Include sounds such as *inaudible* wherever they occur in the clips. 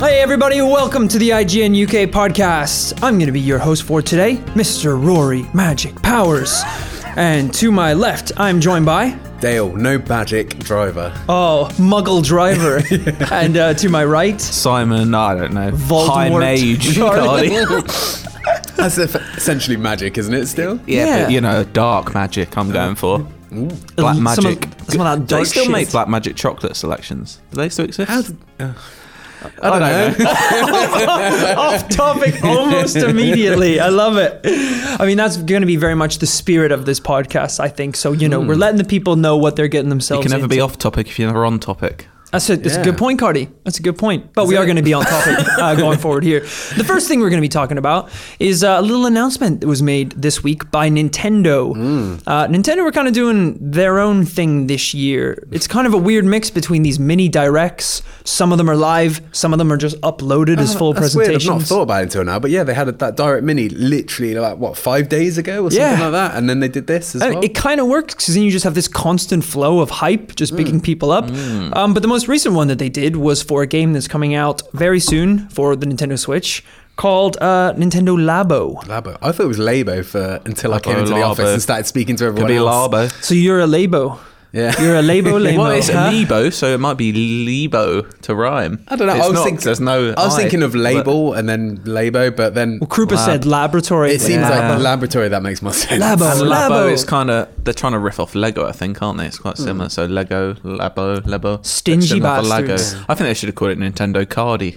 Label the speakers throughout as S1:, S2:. S1: Hey, everybody, welcome to the IGN UK podcast. I'm going to be your host for today, Mr. Rory Magic Powers. And to my left, I'm joined by,
S2: Dale, no magic driver.
S1: oh, Muggle
S3: *laughs*
S1: Driver. And uh, to my right,
S3: Simon, I don't know. High
S1: Voldemort.
S2: *laughs*
S3: mage.
S1: Sorry.
S3: guy.
S2: *laughs* That's eff- essentially magic, isn't it? Still,
S3: Yeah,
S1: Yeah.
S3: but you know, dark magic I'm going for. Black
S1: Some of-
S3: magic.
S1: some of that
S3: Do
S1: dark
S3: they still
S1: shit.
S3: make black magic chocolate selections? Do they still exist?
S2: uh, I don't, know.
S1: off topic almost immediately. I love it. I mean, that's going to be very much the spirit of this podcast, I think. So, you know, we're letting the people know what they're getting
S3: Hmm. you
S1: themselves
S3: can never
S1: into.
S3: be off topic if you're never on topic.
S1: That's a, that's a
S2: Yeah.
S1: good point, Cardi. That's a good point. But we are
S2: it?
S1: going to be on
S2: *laughs*
S1: topic uh, going forward here. The first thing we're going to be talking about is uh, a little announcement that was made this week by Nintendo.
S2: Mm.
S1: Uh, Nintendo were kind of doing their own thing this year. It's kind of a weird mix between these mini directs. Some of them are live, some of them are just uploaded as full
S2: Oh, That's weird. I've
S1: presentations.
S2: not thought about it until now, but yeah, they had that direct mini literally like what five days ago or something
S1: Yeah.
S2: like that, and then they did this as
S1: I mean,
S2: well.
S1: It kind of works because then you just have this constant flow of hype just
S2: Mm.
S1: picking people up. Um, but the most recent one that they did was for a game that's coming out very soon for the Nintendo Switch called uh, Nintendo Labo.
S2: Labo. I thought it was Labo for until I came
S3: Labo,
S2: into the office
S3: Labo.
S2: and started speaking to everyone.
S3: Could be
S2: else.
S3: Labo.
S1: So you're a Labo.
S2: Yeah.
S1: You're a
S2: *laughs*
S1: Labo Labo.
S3: Well, it's Lebo, so it might be Lebo to rhyme.
S2: I don't know.
S3: It's
S2: I was
S3: not-
S2: thinking.
S3: There's no.
S2: I was
S3: I,
S2: thinking of
S3: but-
S2: label and then Labo, but then
S1: Krupa said laboratory.
S2: it seems
S1: Yeah.
S2: like the laboratory that makes more sense.
S1: Labo.
S3: And Labo
S1: Labo. Hmm.
S3: is kind of they're trying to riff off Lego, I think, aren't they? It's quite similar. So Lego, Labo, Lebo.
S1: Stingy
S3: Shouldn't have a
S1: bastards.
S3: I think they should have called it Nintendo Cardi.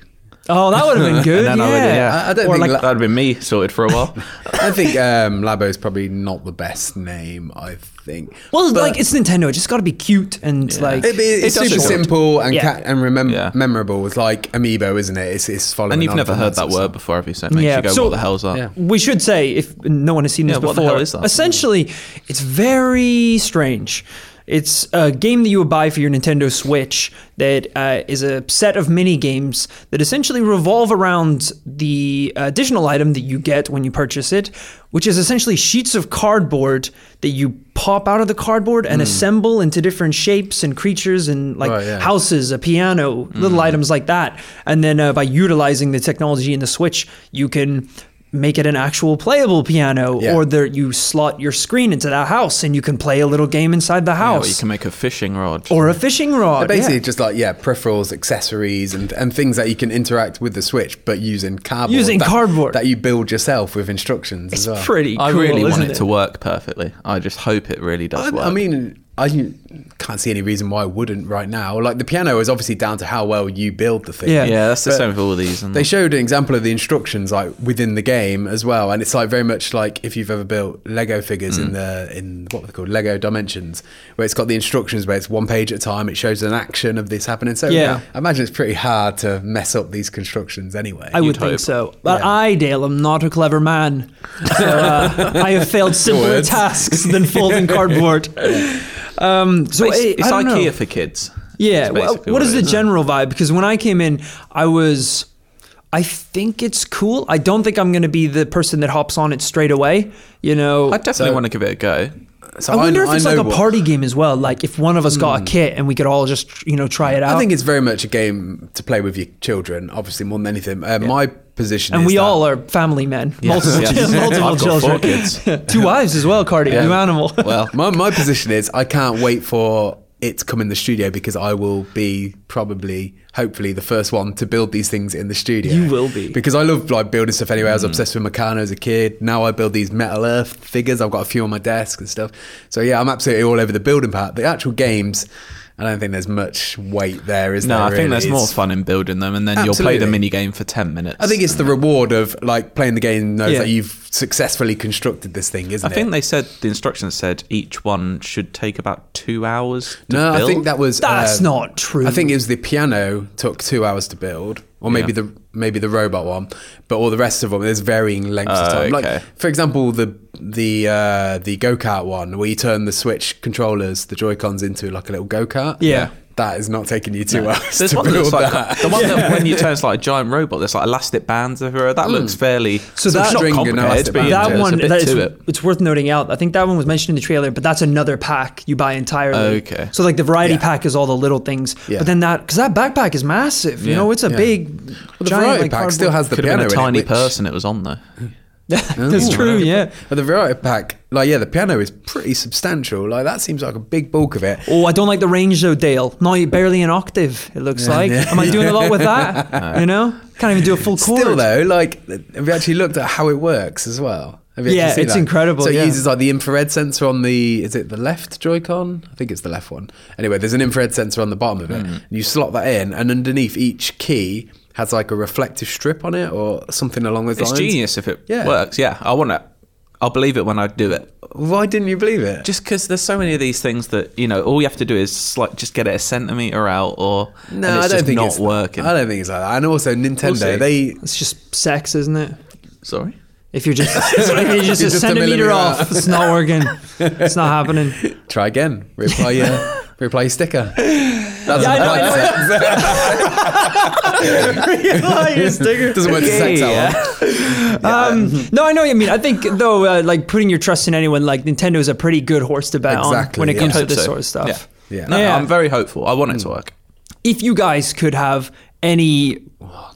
S1: Oh, that would have
S2: *laughs*
S1: been good.
S3: And
S1: yeah.
S3: then I would- yeah.
S2: I, I don't
S1: Or
S2: think
S1: like-
S2: la-
S3: That'd have been me sorted for
S1: *laughs*
S3: a while.
S2: I think um, Labo is probably not the best name. I think.
S1: Well,
S2: But-
S1: like it's Nintendo. It's just got to be cute and like.
S2: It, it, it's
S3: does
S2: super
S3: look good.
S2: simple and
S1: Yeah.
S2: ca- and remem-
S3: Yeah.
S2: memorable. It's like amiibo, isn't it? It's, it's following.
S3: and you've
S2: on
S3: never
S2: from
S3: heard
S2: sort
S3: that
S2: of
S3: word
S2: stuff.
S3: before, have you? So it makes
S1: Yeah.
S3: you go,
S1: So-
S3: what the hell's that?
S2: Yeah.
S1: we should say if no one has seen this
S3: Yeah,
S1: before
S3: what the hell is that?
S1: essentially it's very strange it's a game that you would buy for your Nintendo Switch that uh, is a set of mini games that essentially revolve around the additional item that you get when you purchase it, which is essentially sheets of cardboard that you pop out of the cardboard
S3: Hmm.
S1: and assemble into different shapes and creatures and like
S2: Right, yeah.
S1: houses, a piano, little items like that. And then uh, by utilizing the technology in the Switch, you can make it an actual playable piano
S2: Yeah.
S1: or there you slot your screen into that house and you can play a little game inside the
S3: Yeah,
S1: house
S3: well, you can make a fishing rod.
S1: or a fishing rod
S2: They're basically
S1: yeah.
S2: just like yeah, peripherals, accessories, and, and things that you can interact with the Switch, but using cardboard.
S1: Using
S2: that,
S1: cardboard.
S2: that you build yourself with instructions
S1: it's
S2: as well.
S1: pretty cool
S3: I really
S1: isn't
S3: want it, to work perfectly. I just hope it really
S2: I,
S3: does work.
S2: I mean, I can't see any reason why I wouldn't right now. Like the piano is obviously down to how well you build the thing.
S1: Yeah.
S3: yeah, that's the
S2: But
S3: same with all these. And
S2: They showed an example of the instructions like within the game as well, and it's like very much like if you've ever built Lego figures
S1: Mm.
S2: in the in what were they called Lego Dimensions, where it's got the instructions where it's one page at a time. It shows an action of this happening. So
S1: Yeah.
S2: I imagine it's pretty hard to mess up these constructions anyway.
S1: I would
S3: hope.
S1: think so, but
S2: Yeah.
S1: I, Dale, am not a clever man. So, uh, I have failed simpler
S2: Words.
S1: tasks than folding cardboard. Um, so
S3: it's,
S1: I-
S3: it's
S1: I don't know.
S3: IKEA for kids.
S1: Yeah.
S3: It's
S1: wha-
S3: basically
S1: what
S3: what
S1: is
S3: it
S1: the
S3: is.
S1: general vibe? Because when I came in, I was, I think it's cool. I don't think I'm going to be the person that hops on it straight away. You know,
S3: I definitely
S2: So-
S3: want to give it a go.
S2: So
S1: I wonder if it's
S2: know
S1: like a
S2: what-
S1: party game as well. Like if one of us got a kit and we could all just you know try it out.
S2: I think it's very much a game to play with your children, obviously more than anything. Uh, My position
S1: and
S2: is
S1: we
S2: that-
S1: all are family men, multiple,
S3: Yeah.
S1: chil- multiple
S3: I've got
S1: children,
S3: four kids.
S1: *laughs* two wives as well. Cardi,
S2: Yeah.
S1: you animal.
S2: Well, my, my position is I can't wait for it to come in the studio because I will be probably, hopefully, the first one to build these things in the studio.
S1: You will be.
S2: Because I love like building stuff anyway. I
S3: Hmm.
S2: was obsessed with Meccano as a kid. Now I build these Metal Earth figures. I've got a few on my desk and stuff. So yeah, I'm absolutely all over the building part. The actual games, I don't think there's much weight there, is
S3: No,
S2: there?
S3: I think
S2: really?
S3: there's more
S2: It's-
S3: fun in building them, and then you'll play the
S2: Absolutely.
S3: mini game for ten minutes.
S2: I think it's the reward of like playing the game knows
S1: Yeah.
S2: that you've successfully constructed this thing, isn't
S3: I
S2: it?
S3: think they said the instructions said each one should take about two hours. To
S2: No, I
S3: build.
S2: think that was uh,
S1: That's not true.
S2: I think it was the piano took two hours to build, or maybe
S3: Yeah.
S2: the maybe the robot one, but all the rest of them there's varying lengths of
S3: Oh,
S2: time.
S3: okay.
S2: Like for example, the the uh, the go kart one where you turn the switch controllers, the Joy Cons into like a little go kart.
S1: Yeah.
S2: that is not taking you two hours
S3: There's
S2: to
S3: one that
S2: build
S3: looks like
S2: that.
S3: the one that when you turn it's like a giant robot. There's like elastic bands everywhere.
S2: Hmm.
S3: That looks fairly
S1: So that-
S3: it's not
S2: String and
S3: complicated,
S2: elastic
S3: but
S2: bands, yeah,
S1: that
S3: there's
S1: one,
S3: a bit
S1: that is,
S3: to it.
S1: it's worth noting out. I think that one was mentioned in the trailer, but that's another pack you buy entirely.
S3: Okay.
S1: So like the variety
S2: Yeah.
S1: pack is all the little things,
S2: Yeah.
S1: but then that because that backpack is massive. You
S3: Yeah.
S1: know, it's a
S2: Yeah.
S1: big.
S2: Well, the
S1: giant,
S2: variety
S1: like,
S2: pack still
S1: cardboard- *laughs*
S2: has the
S3: Could have
S2: piano
S3: been a
S2: in it,
S3: tiny
S2: which-
S3: person it was on though.
S1: That's
S2: Ooh.
S1: true. Yeah.
S2: *laughs* But the variety pack, like yeah, the piano is pretty substantial. Like that seems like a big bulk of it.
S1: Oh, I don't like the range though, Dale. Not e, barely an octave. It looks like. Am I doing a lot with
S2: *laughs*
S1: that? you know, can't even do a full chord.
S2: Still though, like have you actually looked at how it works as well? Have you actually
S1: Yeah,
S2: seen
S1: it's
S2: that?
S1: incredible,
S2: So it
S1: yeah.
S2: uses like the infrared sensor on the is it the left Joy-Con? I think it's the left one. Anyway, there's an infrared sensor on the bottom of it. And you slot that in, and underneath each key has like a reflective strip on it or something along those
S3: It's
S2: lines.
S3: genius if it
S2: Yeah.
S3: works. Yeah, I want it. I'll believe it when I do it.
S2: Why didn't you believe it?
S3: Just because there's so many of these things that you know, all you have to do is like just get it a centimeter out, or and
S2: no,
S3: it's
S2: I don't
S3: just
S2: think
S3: not
S2: it's
S3: working.
S2: I don't think it's like that. And also Nintendo,
S3: see.
S2: they
S1: It's just sex, isn't it?
S3: Sorry.
S1: If
S2: *laughs*
S1: you're just, if you're just
S2: You're
S1: a
S2: just a
S1: centimeter
S2: millimeter
S1: off,
S2: off.
S1: it's not working. It's not happening.
S2: try again. Reply your reply your sticker. *laughs* That's
S1: Yeah, I know, I know.
S2: that's it. *laughs* Doesn't work to sex
S3: Yeah,
S2: that
S3: yeah.
S2: one.
S1: Um, no, I know what you mean. I think though, uh, like putting your trust in anyone, like Nintendo is a pretty good horse to bet
S2: Exactly,
S1: on when it
S2: yeah.
S1: comes to
S3: Hope
S1: this
S3: so.
S1: sort of stuff.
S3: Yeah.
S2: Yeah.
S3: No,
S1: Yeah.
S3: I'm very hopeful. I want it to work.
S1: If you guys could have any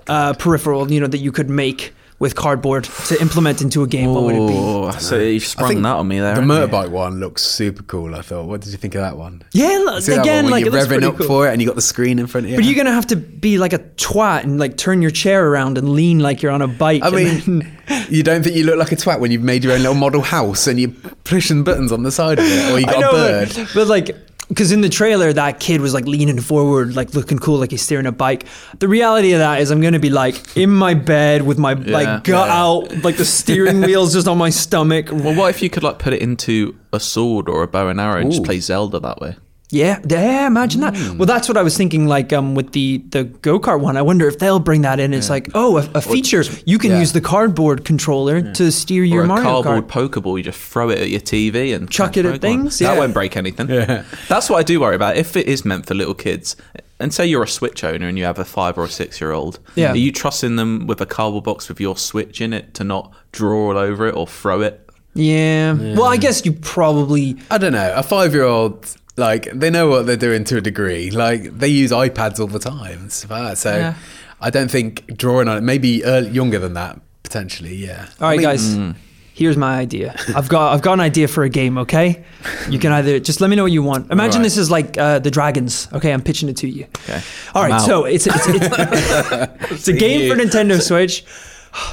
S1: uh, peripheral, you know, that you could make with cardboard to implement into a game, what would it be?
S3: Oh, so you sprung that on me there.
S2: The
S3: haven't you?
S2: motorbike one looks super cool. I thought. What did you think of that one?
S1: Yeah, look,
S2: See that
S1: again,
S2: one
S1: like
S2: where
S1: it
S2: you're
S1: looks
S2: revving
S1: pretty
S2: up
S1: cool.
S2: for it, and you got the screen in front of you.
S1: But you're gonna have to be like a twat and like turn your chair around and lean like you're on a bike. *laughs*
S2: I
S1: and
S2: mean, you don't think you look like a twat when you've made your own little model house and you're pushing buttons on the side of it, or you
S1: *laughs* I
S2: got
S1: know,
S2: a bird.
S1: But, but, like, because in the trailer, that kid was like leaning forward, like looking cool, like he's steering a bike. The reality of that is, I'm gonna be like in my bed with my
S3: Yeah.
S1: like gut out, like the
S3: *laughs*
S1: steering wheel's just on my stomach.
S3: Well, what if you could like put it into a sword or a bow and arrow and just play Zelda that way?
S1: Yeah, yeah, imagine
S3: Hmm.
S1: that. Well, that's what I was thinking. Like, um, with the the go kart one, I wonder if they'll bring that in. It's like, oh, a, a feature you can
S2: yeah.
S1: use the cardboard controller to steer your
S3: or a
S1: Mario
S3: cardboard
S1: Kart.
S3: Pokeball, you just throw it at your TV and
S1: Chuck it at
S3: Pokemon.
S1: things, yeah.
S3: That won't break anything.
S2: Yeah.
S3: That's what I do worry about. If it is meant for little kids, and say you're a Switch owner and you have a five or a six year old,
S1: Yeah.
S3: are you trusting them with a cardboard box with your Switch in it to not draw all over it or throw it?
S1: Yeah. Well, I guess you probably.
S2: I don't know. A five-year-old, like they know what they're doing to a degree. Like they use iPads all the time. and stuff like that. So
S1: Yeah.
S2: I don't think drawing on it. Maybe early, younger than that potentially. Yeah.
S1: All right, guys.
S3: mm.
S1: Here's my idea. I've got I've got an idea for a game. Okay, you can either just let me know what you want. Imagine
S2: All right.
S1: this is like uh, the dragons. Okay, I'm pitching it to you.
S3: Okay.
S1: All right,
S3: I'm out.
S1: so it's it's,
S3: *laughs*
S1: it's, it's a game for Nintendo Switch. *sighs*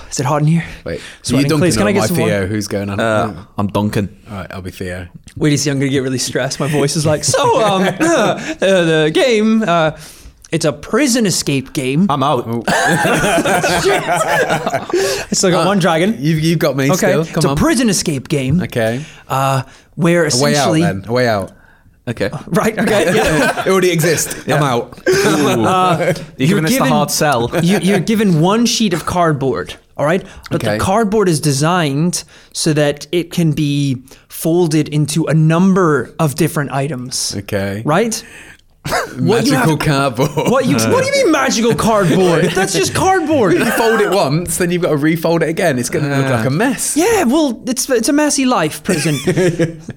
S1: Is it hot in here?
S2: Wait, so you
S1: Sweating,
S2: dunking
S1: please. Can
S2: on
S1: I get
S2: my
S1: some
S2: Theo?
S1: water?
S2: Who's going on?
S3: Uh, I'm Duncan.
S2: All right, I'll be Theo.
S1: Wait, is he? I'm gonna get really stressed. My voice is like so. Um, *laughs* uh, the game. Uh, it's a prison escape game. *laughs*
S3: I'm out.
S1: I still
S3: Uh,
S1: got one dragon.
S2: You've, you've got me
S1: Okay,
S2: still.
S1: it's
S2: Come
S1: a
S2: on.
S1: prison escape game.
S2: okay.
S1: Uh, where
S2: A way out
S1: essentially.
S2: then. A way out.
S3: Okay.
S1: *laughs* Right. Okay. yeah.
S2: *laughs* it already *laughs* exists. I'm out.
S3: you're
S1: Uh, you're
S3: giving us the
S1: given-
S3: hard sell.
S1: *laughs* you, you're given one sheet of cardboard, all right? But
S2: Okay.
S1: the cardboard is designed so that it can be folded into a number of different items.
S2: Okay.
S1: Right? What you have-
S2: Magical cardboard.
S1: What you what do you mean magical cardboard? That's
S2: *laughs*
S1: just cardboard.
S2: you fold it once, then you've got to refold it again. It's going to look like a mess.
S1: Yeah, well, it's it's a messy life,
S2: *laughs*
S1: prison.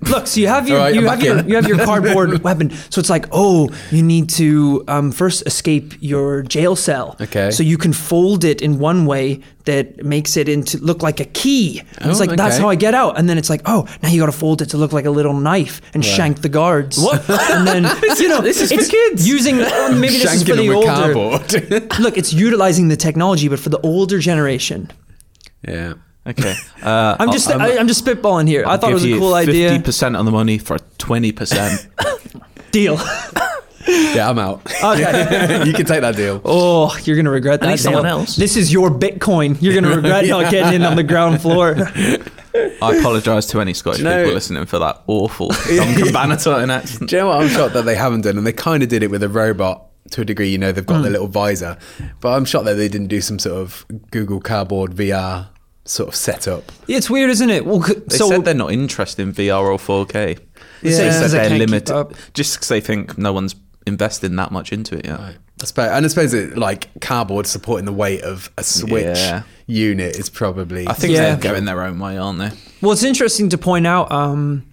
S1: Look, so you have your
S2: All right,
S1: you
S2: I'm
S1: have
S2: back
S1: your
S2: in.
S1: you have
S2: *laughs*
S1: your cardboard weapon. So it's like, oh, you need to um, first escape your jail cell.
S2: Okay.
S1: So you can fold it in one way that makes it into look like a key. And it's
S2: Oh,
S1: like that's
S2: okay.
S1: how I get out. And then it's like, oh, now you got to fold it to look like a little knife and shank the guards. What? And
S2: *laughs*
S1: then you know, this is
S3: for kids.
S1: Using maybe this is
S2: Shanking
S1: for the
S2: them with
S1: older.
S2: cardboard. *laughs*
S1: Look, it's utilizing the technology, but for the older generation.
S2: yeah.
S3: Okay. *laughs* Uh,
S1: I'm just I, am just spitballing here. i thought it was a cool idea.
S3: Fifty percent on the money for twenty percent. *laughs*
S1: Deal.
S2: Yeah, I'm out.
S1: Okay.
S2: *laughs* you can take that deal.
S1: Oh, you're gonna regret that.
S3: need someone
S1: Dale.
S3: else.
S1: This is your Bitcoin. You're
S3: *laughs*
S1: gonna regret not getting in on the ground floor.
S3: I apologise to any Scottish
S2: No.
S3: people listening for that
S1: *laughs*
S3: awful Duncan Bannatyne in accent.
S2: Do you know what I'm shocked that they haven't done? And they kind of did it with a robot to a degree. You know, they've got the little visor, but I'm shocked that they didn't do some sort of Google Cardboard VR sort of setup.
S1: It's weird, isn't it? Well, c-
S3: They
S1: so
S3: said they're not interested in VR or 4K.
S1: Yeah.
S3: they
S1: Because they
S3: said they're
S1: can't keep
S3: limited.
S1: up.
S3: Just 'cause they think no one's investing that much into it yet.
S2: Right. I suppose, and I suppose it, like cardboard supporting the weight of a Switch
S3: Yeah.
S2: unit is probably.
S3: I think
S1: Yeah.
S3: they're going their own way, aren't they?
S1: Well, it's interesting to point out, um,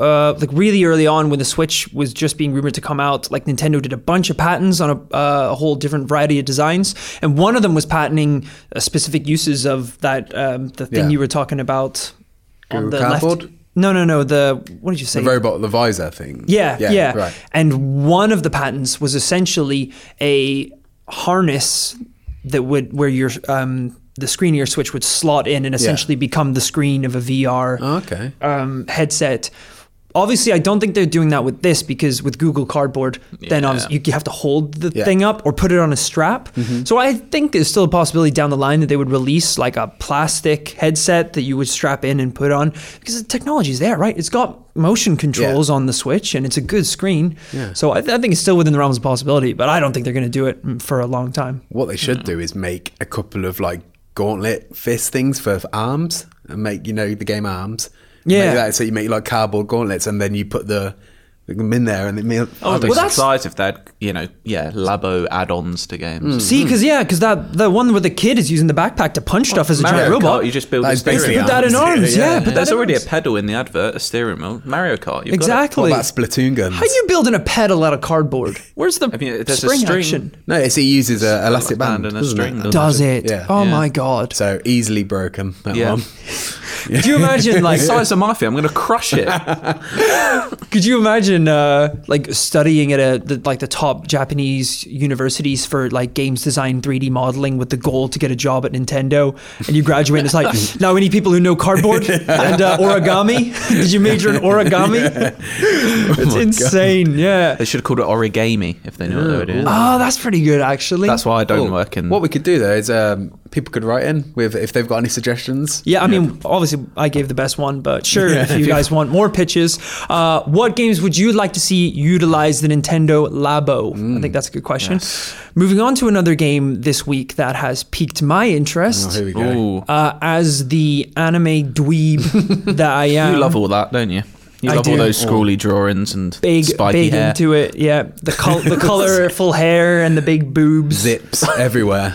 S1: uh, like really early on when the Switch was just being rumored to come out, like Nintendo did a bunch of patents on a, uh, a whole different variety of designs, and one of them was patenting uh, specific uses of that um, the thing
S2: Yeah.
S1: you were talking about on
S2: Google
S1: the
S2: Cardboard?
S1: left. No, no, no. The what did you say?
S2: the robot, the visor thing.
S1: Yeah, yeah.
S2: Right.
S1: And one of the patents was essentially a harness that would where your um, the screen of your switch would slot in and essentially become the screen of a VR
S2: Oh, okay.
S1: um, headset. Obviously, I don't think they're doing that with this because with Google Cardboard, then
S3: Yeah.
S1: obviously you- you have to hold the
S2: Yeah. Mm-hmm.
S1: thing up or put it on a strap. So I think there's still a possibility down the line that they would release like a plastic headset that you would strap in and put on because the technology's there, right? It's got motion controls on the Switch and it's a good screen.
S2: Yeah.
S1: So I, th- I think it's still within the realms of possibility, but I don't think they're going to do it mm, for a long time.
S2: What they should do is make a couple of like gauntlet fist things for, for arms and make you know the game arms. Make
S1: Yeah.
S2: that, so you make like cardboard gauntlets and then you put the them in there and it meal.
S3: I would
S1: Oh, well,
S3: be
S1: that's-
S3: surprised if they had, you know, yeah, Labo add-ons to games.
S1: See, because yeah, because that the one where the kid is using the backpack to punch stuff as Hmm. a
S3: Mario
S1: giant robot.
S3: Kart, you just build
S2: That
S3: a
S2: is
S3: steering
S2: basically
S3: wheel.
S1: Put that in
S2: arms.
S1: arms,
S2: Yeah,
S1: yeah.
S2: yeah.
S1: put that
S3: There's
S1: in
S3: already
S1: arms.
S3: a pedal in the advert, a steering wheel. Mario Kart. You've
S2: What
S1: Exactly.
S2: about Splatoon guns?
S1: How do you build in a pedal out of cardboard? Where's the
S3: I mean, there's a
S1: spring
S3: string.
S1: action?
S2: no, it's, it uses an elastic band,
S3: band and a
S2: doesn't It?
S3: string, doesn't
S1: Does it?
S2: Yeah.
S1: Oh
S3: Yeah.
S1: my god!
S2: So easily broken. That
S3: Yeah.
S2: one.
S1: Could you imagine
S3: Got *laughs*
S1: like?
S3: it. Size of Mafia, I'm going to crush *laughs* it.
S1: could you imagine uh, like studying at a the, like the top Japanese universities for like games design, 3D modeling, with the goal to get a job at Nintendo, and you graduate and it's
S3: *laughs*
S1: like now we need people who know cardboard and uh, origami. Did you major in
S3: *laughs*
S1: origami?
S3: Oh
S1: it's insane. Yeah.
S3: They should have called it origami if they knew what they were doing.
S1: Oh, that's pretty good actually.
S3: That's why I don't
S2: Well,
S3: work in.
S2: Oh, What we could do though is um, people could write in with if they've got any suggestions.
S1: Yeah, I mean, obviously, I gave the best one, but sure, if you guys want more pitches, uh, what games would you like to see utilize the Nintendo Labo? I think that's a good question. Moving on to another game this week that has piqued my
S2: Oh,
S1: interest
S2: here we go.
S3: Ooh.
S1: uh, as the anime dweeb that I am.
S3: You love all that, don't you? You
S1: I
S3: love
S1: do.
S3: all those scrawly drawings and
S1: big,
S3: spiky
S1: big
S3: hair.
S1: into it. Yeah, the col- the colorful hair and the big boobs.
S2: Zips everywhere.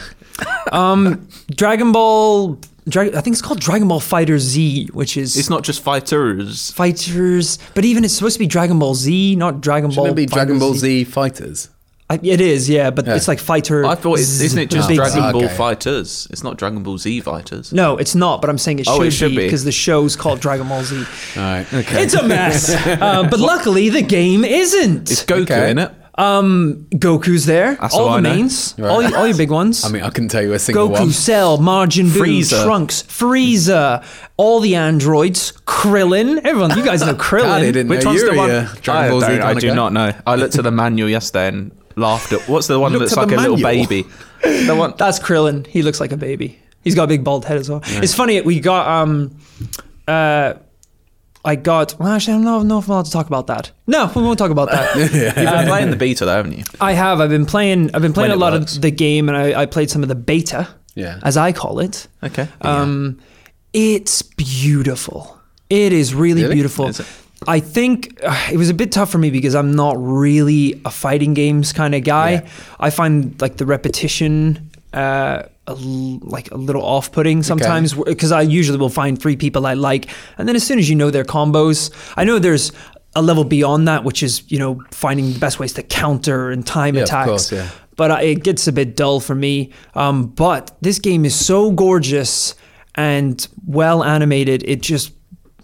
S1: Dragon Ball. Dra- I think it's called Dragon Ball Fighter Z, which is
S3: It's not just fighters.
S1: fighters, but even it's supposed to be Dragon Ball Z, not Dragon
S2: Shouldn't
S1: Ball.
S2: it be Dragon
S1: Fighter
S2: Ball Z fighters?
S1: I, it is, yeah, but
S2: Yeah.
S1: it's like fighter.
S3: I thought, it's, isn't it just
S1: Big
S3: Dragon
S1: Z.
S2: Ah,
S3: Ball
S2: okay.
S3: Fighters? It's not Dragon Ball Z Fighters.
S1: No, it's not. But I'm saying it should,
S3: Oh, it should
S1: be
S3: be. Oh,
S1: because the show's called Dragon Ball Z.
S2: All right. Okay.
S1: It's a
S3: *laughs*
S1: mess. uh, but luckily, the game isn't.
S3: It's Goku
S2: *laughs* Okay.
S3: in it.
S1: um, Goku's there.
S3: That's
S1: all
S3: all
S1: the
S3: I know.
S1: mains,
S2: Right.
S1: all, y- all your big ones.
S3: *laughs*
S2: I mean, I couldn't tell you a single
S1: Goku,
S2: one.
S1: Cell, Majin Buu,
S3: Frieza.
S1: Trunks, Frieza, all the androids, Krillin. Everyone, you guys
S3: *laughs*
S1: know
S2: God, I
S1: Krillin.
S2: didn't know
S3: one's
S2: you
S3: the
S2: were
S3: one?
S2: a
S3: I,
S2: Dragon Ball Z
S3: don't- I
S2: kind of
S3: do
S2: guy.
S3: not know. I looked at the manual yesterday and laughed at. What's the one
S2: Looked
S3: that's
S2: at
S3: like
S2: the
S3: a little
S2: manual?
S3: baby? The one.
S1: That's Krillin. He looks like a baby. He's got a big bald head as well. It's funny. We got um, uh, I got. Well, actually, I don't know, know if I'm allowed to talk about that. No, we won't talk about that. Um,
S3: You've been playing the beta, though, haven't you?
S1: I have. I've been playing. I've been playing
S3: When
S1: a
S3: it
S1: lot
S3: works.
S1: of the game, and I, I played some of the beta,
S2: Yeah.
S1: as I call it.
S3: Okay.
S1: Um, it's beautiful. It is really,
S2: Really?
S1: beautiful.
S3: Is it?
S1: I think uh, it was a bit tough for me because I'm not really a fighting games kind of guy.
S2: Yeah.
S1: I find like the repetition uh, a l- like a little off-putting sometimes because I usually will find three people I like, and then as soon as you know their combos, I know there's a level beyond that which is you know finding the best ways to counter and time
S2: Yeah, of
S1: attacks
S2: course, yeah.
S1: but I, it gets a bit dull for me. Um, but this game is so gorgeous and well animated. It just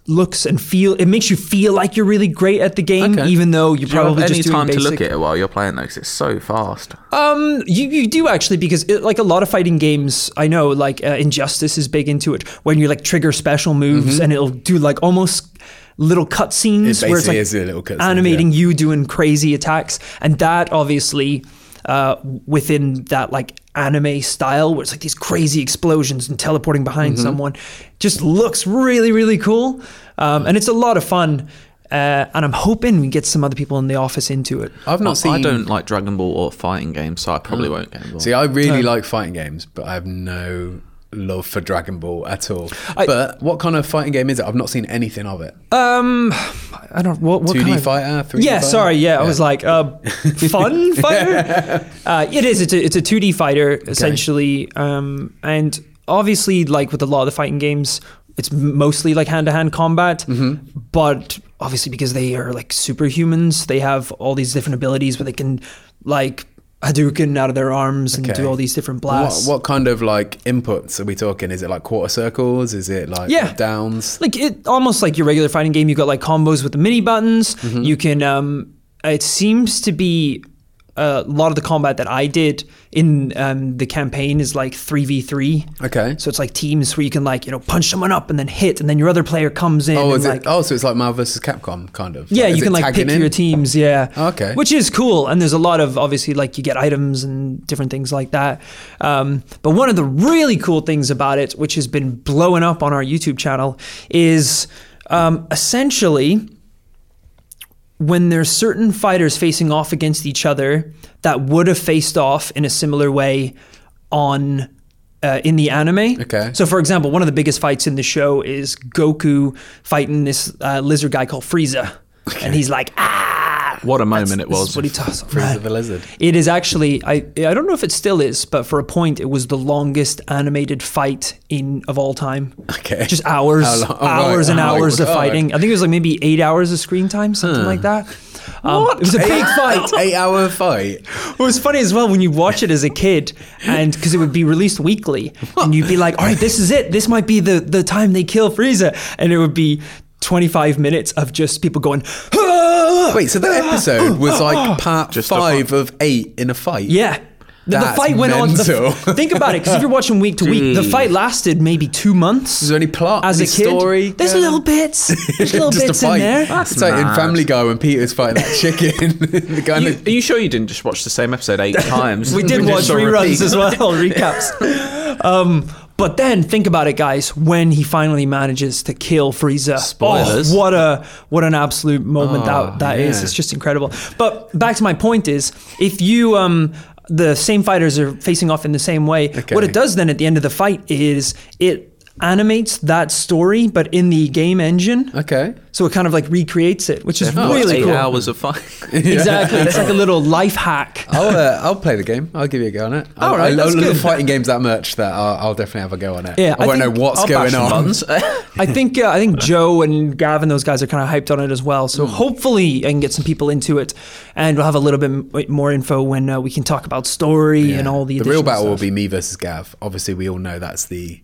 S1: looks and feel. It makes you feel like you're really great at the game,
S2: Okay.
S1: even though you're
S3: Do you have
S1: probably
S3: any
S1: just doing
S3: time to
S1: basic.
S3: look at it while you're playing though, because it's so fast.
S1: Um, you, you do actually because it, like a lot of fighting games, I know like uh, Injustice is big into it when you like trigger special moves and it'll do like almost little cutscenes
S2: Mm-hmm. It
S1: where it's
S2: basically
S1: like
S2: is a little cutscene,
S1: animating you doing crazy attacks, and that obviously uh, within that like anime style where it's like these crazy explosions and teleporting behind
S2: Mm-hmm.
S1: someone just looks really really cool, um, and it's a lot of fun. Uh, and I'm hoping we get some other people in the office into it.
S2: I've not
S3: I,
S2: seen.
S3: I don't like
S1: Mm.
S3: Dragon Ball or fighting games, so I probably won't get involved.
S2: see. I really like fighting games, but I have no love for Dragon Ball at all.
S1: I-
S2: but what kind of fighting game is it? I've not seen anything of it.
S1: Um, I don't. What, what
S2: 2D
S1: kind of-
S2: fighter, 3D
S1: yeah,
S2: fighter?
S1: sorry. Yeah, I was like, uh,
S2: *laughs*
S1: fun fighter. Uh, it is. It's a it's a two D fighter essentially. Um, and obviously, like with a lot of the fighting games, it's mostly like hand to hand combat.
S2: Mm-hmm.
S1: But obviously, because they are like superhumans, they have all these different abilities where they can like Hadouken out of their arms and
S2: Okay.
S1: do all these different
S2: What,
S1: blasts.
S2: what kind of like inputs are we talking? Is it like quarter circles? Is it like
S1: Yeah.
S2: up downs?
S1: like it almost like your regular fighting game. You got like combos with the mini buttons.
S2: Mm-hmm.
S1: You can. Um, it seems to be uh, a lot of the combat that I did in um, the campaign is like three v three.
S2: Okay.
S1: So it's like teams where you can like you know punch someone up and then hit, and then your other player comes in.
S2: Oh,
S1: and
S2: is
S1: like,
S2: it? Oh, so it's like Marvel versus Capcom, kind of.
S1: yeah,
S2: Is
S1: you
S2: it
S1: can like
S2: tagging
S1: pick
S2: in? Oh,
S1: your teams. Yeah.
S2: Okay.
S1: Which is cool, and there's a lot of obviously like you get items and different things like that. Um, but one of the really cool things about it, which has been blowing up on our YouTube channel, is um, essentially when there's certain fighters facing off against each other that would have faced off in a similar way on uh, in the anime.
S2: Okay.
S1: So, for example, one of the biggest fights in the show is Goku fighting this uh, lizard guy called Frieza, and he's like, ah.
S3: What a moment it
S1: This
S3: was.
S1: is what he does.
S2: Frieza
S1: Man.
S2: the Lizard.
S1: *laughs* It is actually I I don't know if it still is, but for a point it was the longest animated fight in of all time.
S2: Okay.
S1: Just hours,
S2: How long- oh, right.
S1: hours and
S2: Oh my
S1: hours of
S2: God. Hmm.
S1: fighting. I think it was like maybe eight hours of screen time, something like that. Um, It was a big fight.
S2: *laughs* Eight hour fight.
S1: It was funny as well when you watch it as a kid, and because it would be released weekly, and you'd be like, "All right, this is it. This might be the the time they kill Frieza," and it would be. 25 minutes of just people going, "Ah!"
S2: Wait,
S1: *gasps*
S2: so that episode was like part
S3: Just a
S2: five of eight in a fight. *laughs*
S1: Yeah. The, the
S2: That's
S1: fight went on. The,
S2: mental.
S1: *laughs* think about it, because if you're watching week to week, the fight lasted maybe two months.
S2: Is there any plot?
S1: as a
S2: any
S1: kid,
S2: story?
S1: there's
S2: going
S1: little
S2: on?
S1: bits,
S2: *laughs*
S1: there's little
S2: Just a
S1: bits in
S2: fight.
S1: there.
S2: It's like in
S3: mad.
S2: Family Guy when Peter's fighting
S1: *laughs*
S2: that chicken. *laughs* the guy in
S3: You,
S2: the-
S3: are you sure you didn't just watch the same episode
S1: *laughs*
S3: eight times? *laughs*
S1: We did
S3: just
S1: watch
S3: saw
S1: reruns
S3: repeat.
S1: as well, *laughs* recaps. Um, but then think about it, guys. When he finally manages to kill Frieza,
S3: Spoilers. Oh,
S1: Oh, what a what an absolute moment that that is!
S2: yeah.
S1: It's just incredible. But back to my point is, if you um, the same fighters are facing off in the same way, what it does then at the end of the fight is it animates that story, but in the game engine.
S2: okay.
S1: So it kind of like recreates it, which is
S3: Oh,
S1: really
S3: eight
S1: cool.
S3: *laughs* hours of fight.
S1: Exactly, it's like a little life hack.
S2: *laughs* I'll, uh, I'll play the game. I'll give you a go on it. I-
S1: All right,
S2: I,
S1: that's
S2: love
S1: good.
S2: fighting games that much that I'll, I'll definitely have a go on it.
S1: Yeah,
S2: I,
S1: I
S2: won't know
S1: think-
S2: what's
S3: I'll
S2: going
S3: bash some
S2: on.
S3: *laughs* buttons.
S1: I think uh, I think Joe and Gavin, those guys are kind of hyped on it as well.
S2: Mm.
S1: So hopefully I can get some people into it, and we'll have a little bit m- more info when uh, we can talk about story
S2: Yeah.
S1: and all the.
S2: the real
S1: additional
S2: battle will
S1: stuff.
S2: be me versus Gav. Obviously, we all know that's the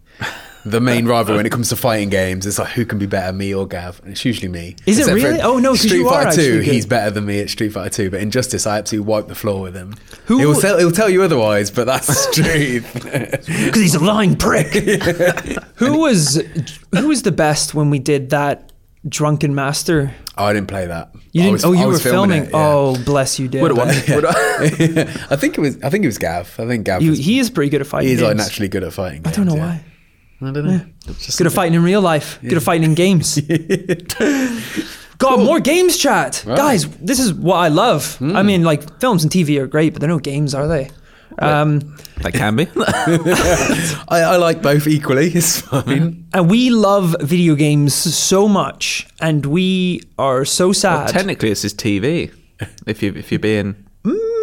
S2: the main rival when it comes to fighting games. It's like who can be better, me or Gav, and it's usually me.
S1: Is it
S2: Except for
S1: really? Oh, no, 'cause
S2: Street
S1: you are
S2: Fighter Two.
S1: actually good.
S2: He's better than me at Street Fighter Two, but in Justice, I absolutely wiped the floor with him.
S1: Who-
S2: He'll tell, he'll tell you otherwise, but that's the truth. *laughs*
S1: because he's a lying prick. who was who was the best when we did that drunken master?
S2: oh, I didn't play that.
S1: You
S2: I
S1: didn't.
S2: was-
S1: oh,
S2: I
S1: you were
S2: was
S1: filming.
S2: it, *laughs* yeah.
S1: Oh, bless you, did.
S3: Would have
S1: *laughs*
S3: won. Would have-
S2: *laughs* I think it was. I think it was Gav. I think Gav.
S1: You,
S2: was,
S1: he is pretty good at fighting.
S2: he's like
S1: games.
S2: naturally good at fighting.
S1: I don't know why.
S2: I don't know.
S1: Good at fighting in real life. Good at fighting in
S2: *laughs*
S1: games. God, more games chat, guys. This is what I love. I
S2: Hmm.
S1: mean, like films and TV are great, but they're no games, are they? Um,
S3: They can be. *laughs*
S2: I, I like both equally. It's fine.
S1: and we love video games so much, and we are so sad.
S3: Technically, this is TV. If you if you're being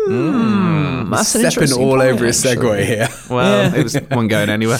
S1: Mm, that's an
S2: Stepping
S1: interesting
S2: all
S1: point,
S2: over his
S1: actually.
S2: segue here.
S3: well,
S1: Yeah.
S3: it was one
S1: *laughs*
S3: going anywhere.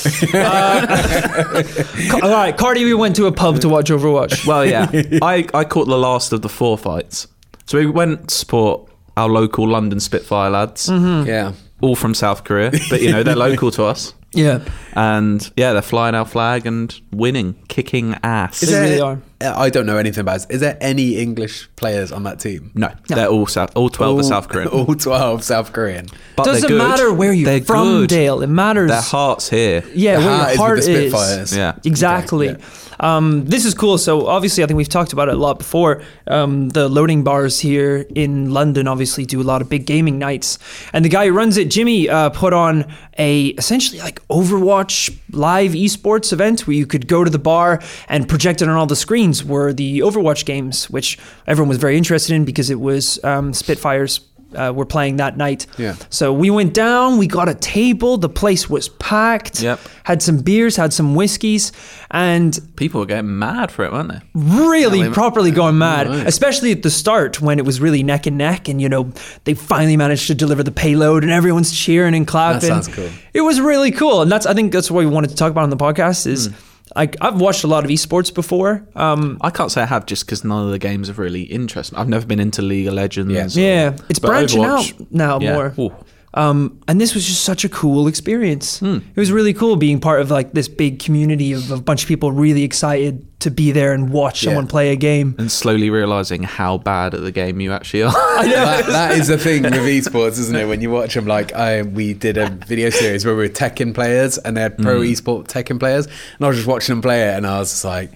S1: Ca- all right, Cardi, we went to a pub to watch
S2: *laughs*
S1: Overwatch.
S3: Well, yeah, I I caught the last of the four fights. So we went to support our local London Spitfire lads,
S1: Mm-hmm.
S2: Yeah.
S3: all from South Korea, but you
S1: *laughs*
S3: know they're local to us.
S1: yeah,
S3: And yeah, they're flying our flag and winning, kicking ass.
S1: Is
S2: Is
S1: They
S2: there,
S1: really are.
S2: I don't know anything about. This. Is there any English players on that team?
S3: no, they're all South, all twelve
S2: All-
S3: are South
S2: *laughs*
S3: Korean.
S1: *laughs*
S2: All twelve South Korean.
S3: But they're
S1: Oh. doesn't
S3: good.
S1: matter where you're
S3: They're
S1: from,
S3: good.
S1: Dale. It matters.
S3: Their heart's here.
S1: yeah,
S2: The
S1: where your
S2: heart
S1: heart
S2: is with the Spitfires.
S3: Yeah.
S1: Exactly.
S2: Okay,
S1: Um, this is cool. So obviously, I think we've talked about it a lot before. Um, the loading bars here in London obviously do a lot of big gaming nights, and the guy who runs it, Jimmy, uh, put on a essentially like Overwatch live esports event where you could go to the bar and projected on all the screens were the Overwatch games, which everyone was very interested in because it was um, Spitfires uh, were playing that night.
S2: Yeah.
S1: So we went down, we got a table, the place was packed.
S3: Yep.
S1: Had some beers, had some whiskeys, and
S3: People were getting mad for it, weren't they?
S1: really
S3: Yeah, they-
S1: properly going mad, especially at the start when it was really neck and neck, and you know they finally managed to deliver the payload, and everyone's cheering and clapping.
S2: sounds cool.
S1: It was really cool, and that's I think that's what we wanted to talk about on the podcast
S3: Hmm.
S1: is. Like I've watched a lot of esports before. Um,
S3: I can't say I have just because none of the games have really interested me. I've never been into League of Legends.
S2: Yeah.
S3: or-
S1: yeah, it's
S3: But
S1: branching
S3: Overwatch-
S1: out now
S3: Yeah.
S1: more.
S3: Ooh.
S1: Um, and this was just such a cool experience. It was really cool being part of like this big community of a bunch of people really excited to be there and watch someone play a game.
S3: And slowly realizing how bad at the game you actually *laughs* are.
S1: I know.
S2: That, that is the thing
S3: *laughs*
S2: with esports, isn't it? When you watch them, like I, we did a video series where we were Tekken players and they had pro
S3: Hmm.
S2: esport Tekken players, and I was just watching them play it, and I was just like,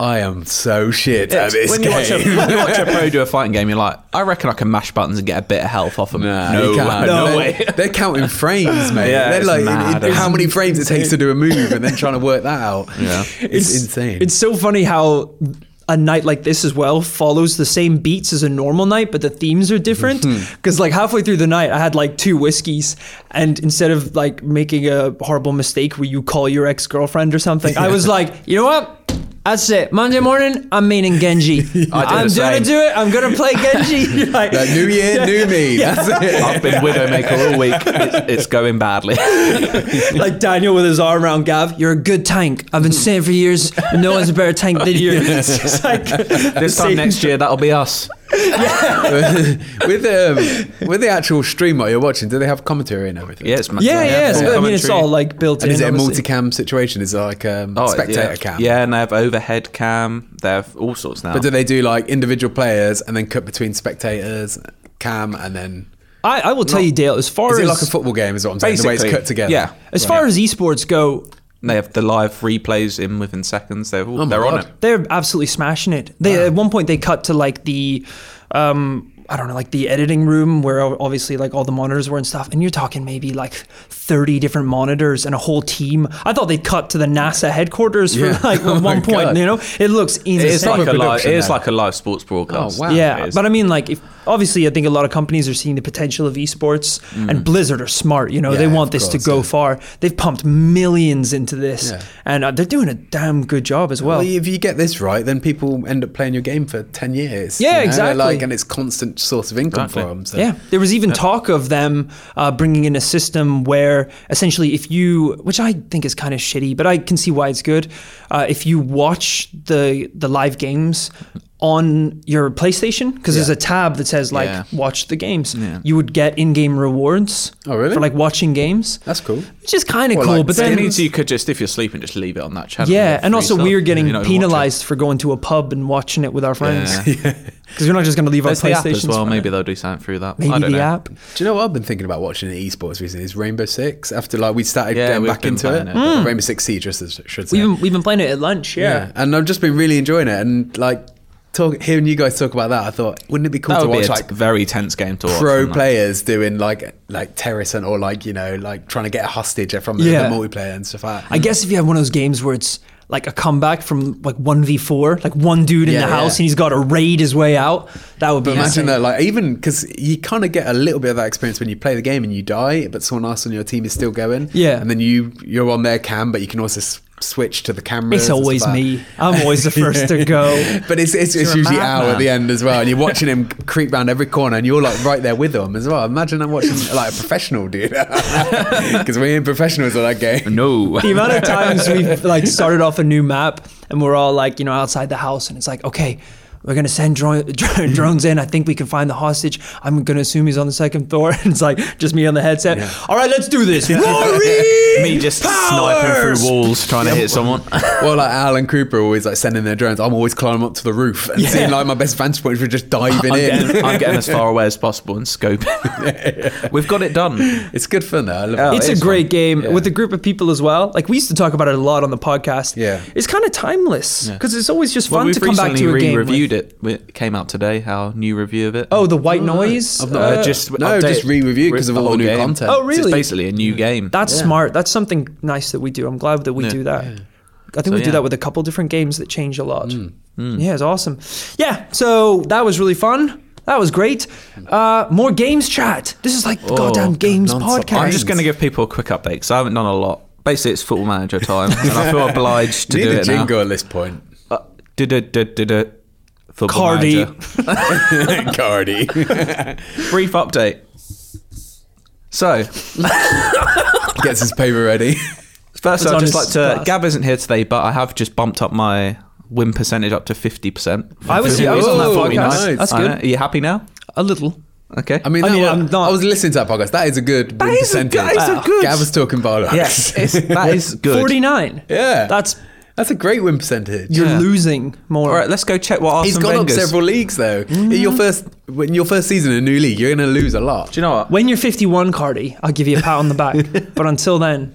S2: I am so shit at this
S3: when, you
S2: game.
S3: watch a, when *laughs* you watch a pro do a fighting game, you're like, I reckon I can mash buttons and get a bit of health off them.
S2: Nah,
S3: no,
S2: you can't.
S3: no,
S2: They're-
S3: way.
S2: *laughs* They're counting frames, mate.
S3: Yeah,
S2: they're
S3: it's
S2: like
S3: mad,
S2: it- it-
S3: isn't
S2: how many frames it takes to do a move, and then trying to work that out.
S3: Yeah.
S2: it's, insane.
S1: It's so funny how a night like this as well follows the same beats as a normal night, but the themes are different.
S2: Hmm.
S1: Because like halfway through the night, I had like two whiskeys, and instead of like making a horrible mistake where you call your ex girlfriend or something, I was like, you know what? That's it. Monday morning, I'm meaning
S2: *laughs*
S1: Genji.
S3: I
S1: I'm
S3: did the
S1: gonna
S3: same.
S1: do it. I'm gonna play Genji. *laughs* like,
S2: Like, new year, new
S1: *laughs*
S2: me. That's it.
S3: *laughs* I've been Widowmaker all week. It's, it's going badly.
S1: like Daniel with his arm around Gav. You're a good tank. I've been saying for years, no one's a better tank than you. *laughs* It's just
S2: *laughs*
S1: like
S3: This time next year, that'll be us.
S2: *laughs* with um, with the actual stream what you're watching, do they have commentary and everything?
S3: Yeah, it's ma-
S1: Yeah, yeah.
S3: full
S1: So, I mean, it's
S3: commentary.
S1: all like built
S2: And
S1: in.
S2: is it a
S1: obviously.
S2: multicam situation? Is it like um,
S3: Oh,
S2: spectator
S3: yeah.
S2: cam?
S3: Yeah, and they have overhead cam. They have all sorts now.
S2: But do they do like individual players and then cut between spectators, cam, and then
S1: I, I will tell you, Dale. As far
S2: is it
S1: as
S2: like a football game? Is what I'm saying. The way it's
S3: Basically,
S2: cut together.
S3: yeah.
S1: as far as esports go,
S3: they have the live replays in within seconds. They're, all they're on
S2: God.
S3: it.
S1: they're absolutely smashing it. They at one point they cut to like the, um, I don't know, like the editing room where o- obviously like all the monitors were and stuff. And you're talking maybe like 30 different monitors and a whole team. I thought they cut to the NASA headquarters
S2: Yeah.
S1: for like
S2: *laughs* Oh
S1: at
S2: my
S1: one point.
S2: God.
S1: You know, it looks
S3: It is
S1: insane.
S3: like a live.
S2: production
S3: It is
S2: now.
S3: like a live sports broadcast.
S2: Oh, wow.
S1: Yeah,
S3: It is.
S1: but I mean, like, if, obviously, I think a lot of companies are seeing the potential of esports, and Blizzard are smart. You know, they
S2: Mm. Yeah,
S1: want
S2: of
S1: this
S2: course,
S1: to go
S2: yeah.
S1: far. They've pumped millions into this,
S2: Yeah.
S1: and uh, they're doing a damn good job as well.
S2: Well, if you get this right, then people end up playing your game for ten years.
S1: Yeah,
S2: you know?
S1: exactly.
S2: Like, and it's constant source of income for 'em. for
S3: Exactly.
S2: them. So.
S1: Yeah, there was even talk of them uh, bringing in a system where essentially, if you, which I think is kind of shitty, but I can see why it's good. Uh, if you watch the the live games on your PlayStation, because there's a tab that says like
S3: Yeah.
S1: watch the games, you would get in-game rewards.
S2: Oh, really?
S1: For like watching games.
S2: that's cool.
S1: which is kind of
S2: Well,
S1: cool.
S2: like,
S1: but
S3: So it
S1: then,
S3: means you could just, if you're sleeping, just leave it on that channel.
S1: yeah,
S3: Free
S1: and also
S3: stuff.
S1: we are getting
S3: You know, you watch it.
S1: penalized for going to a pub and watching it with our friends
S3: Yeah. *laughs*
S1: because *laughs* we're not just going to leave
S3: There's
S1: our
S3: the
S1: PlayStation
S3: app as well. Maybe they'll do something through that. I
S1: maybe
S3: don't
S1: the
S3: know.
S1: app.
S2: Do you know what I've been thinking about watching in esports recently? Is Rainbow Six? After like we started
S3: Yeah,
S2: getting
S3: we've
S2: back
S3: been
S2: into
S3: playing
S2: it,
S3: it. Hmm.
S2: Rainbow Six Siege, I s- should say.
S1: We've been, we've been playing it at lunch. Yeah.
S2: Yeah. and I've just been really enjoying it. And like talk, hearing you guys talk about that, I thought, wouldn't it be cool
S3: That
S2: to
S3: would be
S2: watch
S3: a
S2: like
S3: t- very tense game to watch.
S2: pro
S3: wouldn't it?
S2: players doing like like terracing or like you know like trying to get a hostage from the,
S1: Yeah.
S2: the multiplayer and stuff like that.
S1: I guess if you have one of those games where it's like a comeback from like one v four, like one dude in
S2: Yeah,
S1: the house
S2: yeah.
S1: and he's got to raid his way out, that would be.
S2: But imagine
S1: insane.
S2: that, like, even because you kind of get a little bit of that experience when you play the game and you die, but someone else on your team is still going.
S1: Yeah.
S2: and then you you're on their cam, but you can also s- switch to the camera.
S1: It's always me. I'm
S2: *laughs*
S1: always the first to go.
S2: But it's it's, it's
S3: You're a
S2: usually Al at
S3: madman.
S2: the end as well, and you're watching him *laughs* creep round every corner, and you're like right there with him as well. Imagine I'm watching like a professional *laughs* do that because we ain't professionals at that game.
S3: No.
S1: the amount of times we've like started off a new map and we're all like you know outside the house and it's like okay we're gonna send dro- *laughs*
S2: Mm-hmm.
S1: dro- drones in. I think we can find the hostage. I'm gonna assume he's on the second floor. *laughs* And it's like just me on the headset. All right, let's do
S2: *laughs*
S1: this. Rory,
S3: *laughs* Me just sniping
S1: Powers!
S3: through walls trying to hit
S1: *laughs*
S3: someone.
S2: Well, like Al and Cooper are always like sending their drones. I'm always climbing up to the roof and seeing like my best vantage point for just diving
S3: *laughs* I'm
S2: in.
S3: getting, I'm getting as far away as possible and
S1: *laughs*
S3: scoping. We've got it done.
S2: *laughs* It's good fun though. I love
S3: Oh,
S2: it.
S1: it's
S3: it
S1: a
S3: is
S1: great
S3: fun.
S1: game
S2: Yeah.
S1: with a group of people as well. Like we used to talk about it a lot on the podcast.
S2: Yeah.
S1: it's kind of timeless because it's always just
S3: Well,
S1: fun
S3: we've
S1: to come back
S3: recently
S1: to a game.
S3: re-reviewed
S1: with-
S3: it. It came out today. Our new review of it.
S1: Oh, the white noise.
S3: I've not
S1: Uh,
S3: heard. Just
S2: no,
S3: update-
S2: just re-review 'cause of all
S3: whole
S2: the new
S3: game.
S2: content.
S1: Oh,
S3: So
S1: really?
S3: It's basically a new game.
S1: That's smart. That's something nice that we do. I'm glad that we
S3: Yeah.
S1: do that. I think
S3: So,
S1: we do
S3: yeah. Mm.
S1: that with a couple different games that change a lot. Yeah, it's awesome. Yeah, so that was really fun. That was great. Uh, more games chat. This is like the
S3: Oh,
S1: goddamn
S3: God,
S1: games
S2: non-stop.
S1: podcast.
S2: I'm
S3: I'm just going to give people a quick update because I haven't done a lot. Basically, it's football manager time, and I
S1: *laughs*
S3: feel obliged to
S2: Need
S3: do
S2: a
S3: it now.
S2: jingle at this point. *laughs*
S3: Uh, du- du- du- du- du. Football
S1: Cardi.
S3: Manager.
S2: Cardi.
S3: Brief update. So,
S2: Gets his paper ready.
S3: First,
S1: It's
S3: I'd
S1: on
S3: just
S1: his
S3: like to.
S1: glass.
S3: Gab isn't here today, but I have just bumped up my win percentage up to 50%.
S1: I was- I was on that
S2: Ooh,
S1: podcast.
S2: nice.
S1: That's
S3: I
S1: good.
S3: know. Are you happy now?
S1: a little.
S3: Okay.
S2: I mean,
S1: I
S2: that
S1: mean,
S2: was,
S1: I'm not-
S2: I was listening to that podcast. That is a good win
S3: is a good-
S2: percentage.
S3: that is a good-
S2: Gav was talking bollocks.
S3: yes, *laughs* it's, that is good.
S1: Forty nine.
S2: Yeah.
S1: That's
S2: *laughs* That's a great win percentage.
S1: you're
S3: Yeah.
S1: losing more.
S3: All right, let's go check what
S2: He's
S3: Arsene
S2: gone up
S3: Wenger's.
S2: several leagues though. In your first in your first season in a new league, you're going to lose a lot.
S3: Mm. Do you know what?
S1: when you're 51, Cardi, I'll give you a pat on the
S2: *laughs*
S1: back. but until then,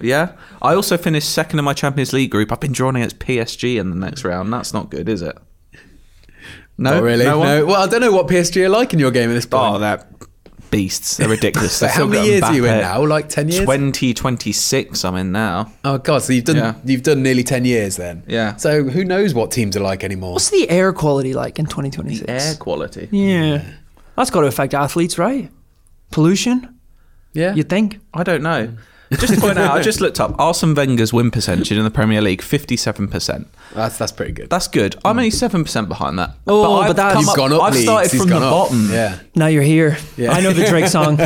S3: Yeah. I also finished second in my Champions League group. I've been drawn against PSG in the next round. That's not good, is it? No,
S2: Not really.
S3: No, one?
S2: No. Well, I don't know what PSG are like in your game at this point.
S3: Oh, they're beasts.
S2: *laughs*
S3: They're ridiculous.
S2: so
S3: They've
S2: how
S3: still
S2: many
S3: got
S2: years are you in
S3: Mbappe.
S2: now? Like ten years?
S3: 20, 26 I'm in now.
S2: Oh god, so you've done
S3: Yeah.
S2: you've done nearly ten years then.
S3: Yeah.
S2: So who knows what teams are like anymore?
S1: what's the air quality like in 2026?
S3: Air quality.
S1: Yeah. That's got to affect athletes, right? Pollution,
S2: Yeah.
S1: you think?
S3: I don't know. Just to point out, I just looked up Arsene Wenger's win percentage in the Premier League, fifty-seven percent.
S2: That's that's pretty good.
S3: That's good. I'm only seven percent behind that.
S1: Oh,
S3: I've
S1: but that's-
S3: come
S1: He's
S2: You've gone up.
S3: I've
S2: leagues.
S3: started
S2: He's
S3: from the
S2: gone up.
S3: bottom.
S2: Yeah.
S1: Now you're here.
S2: Yeah.
S1: I know the Drake
S2: *laughs*
S1: song.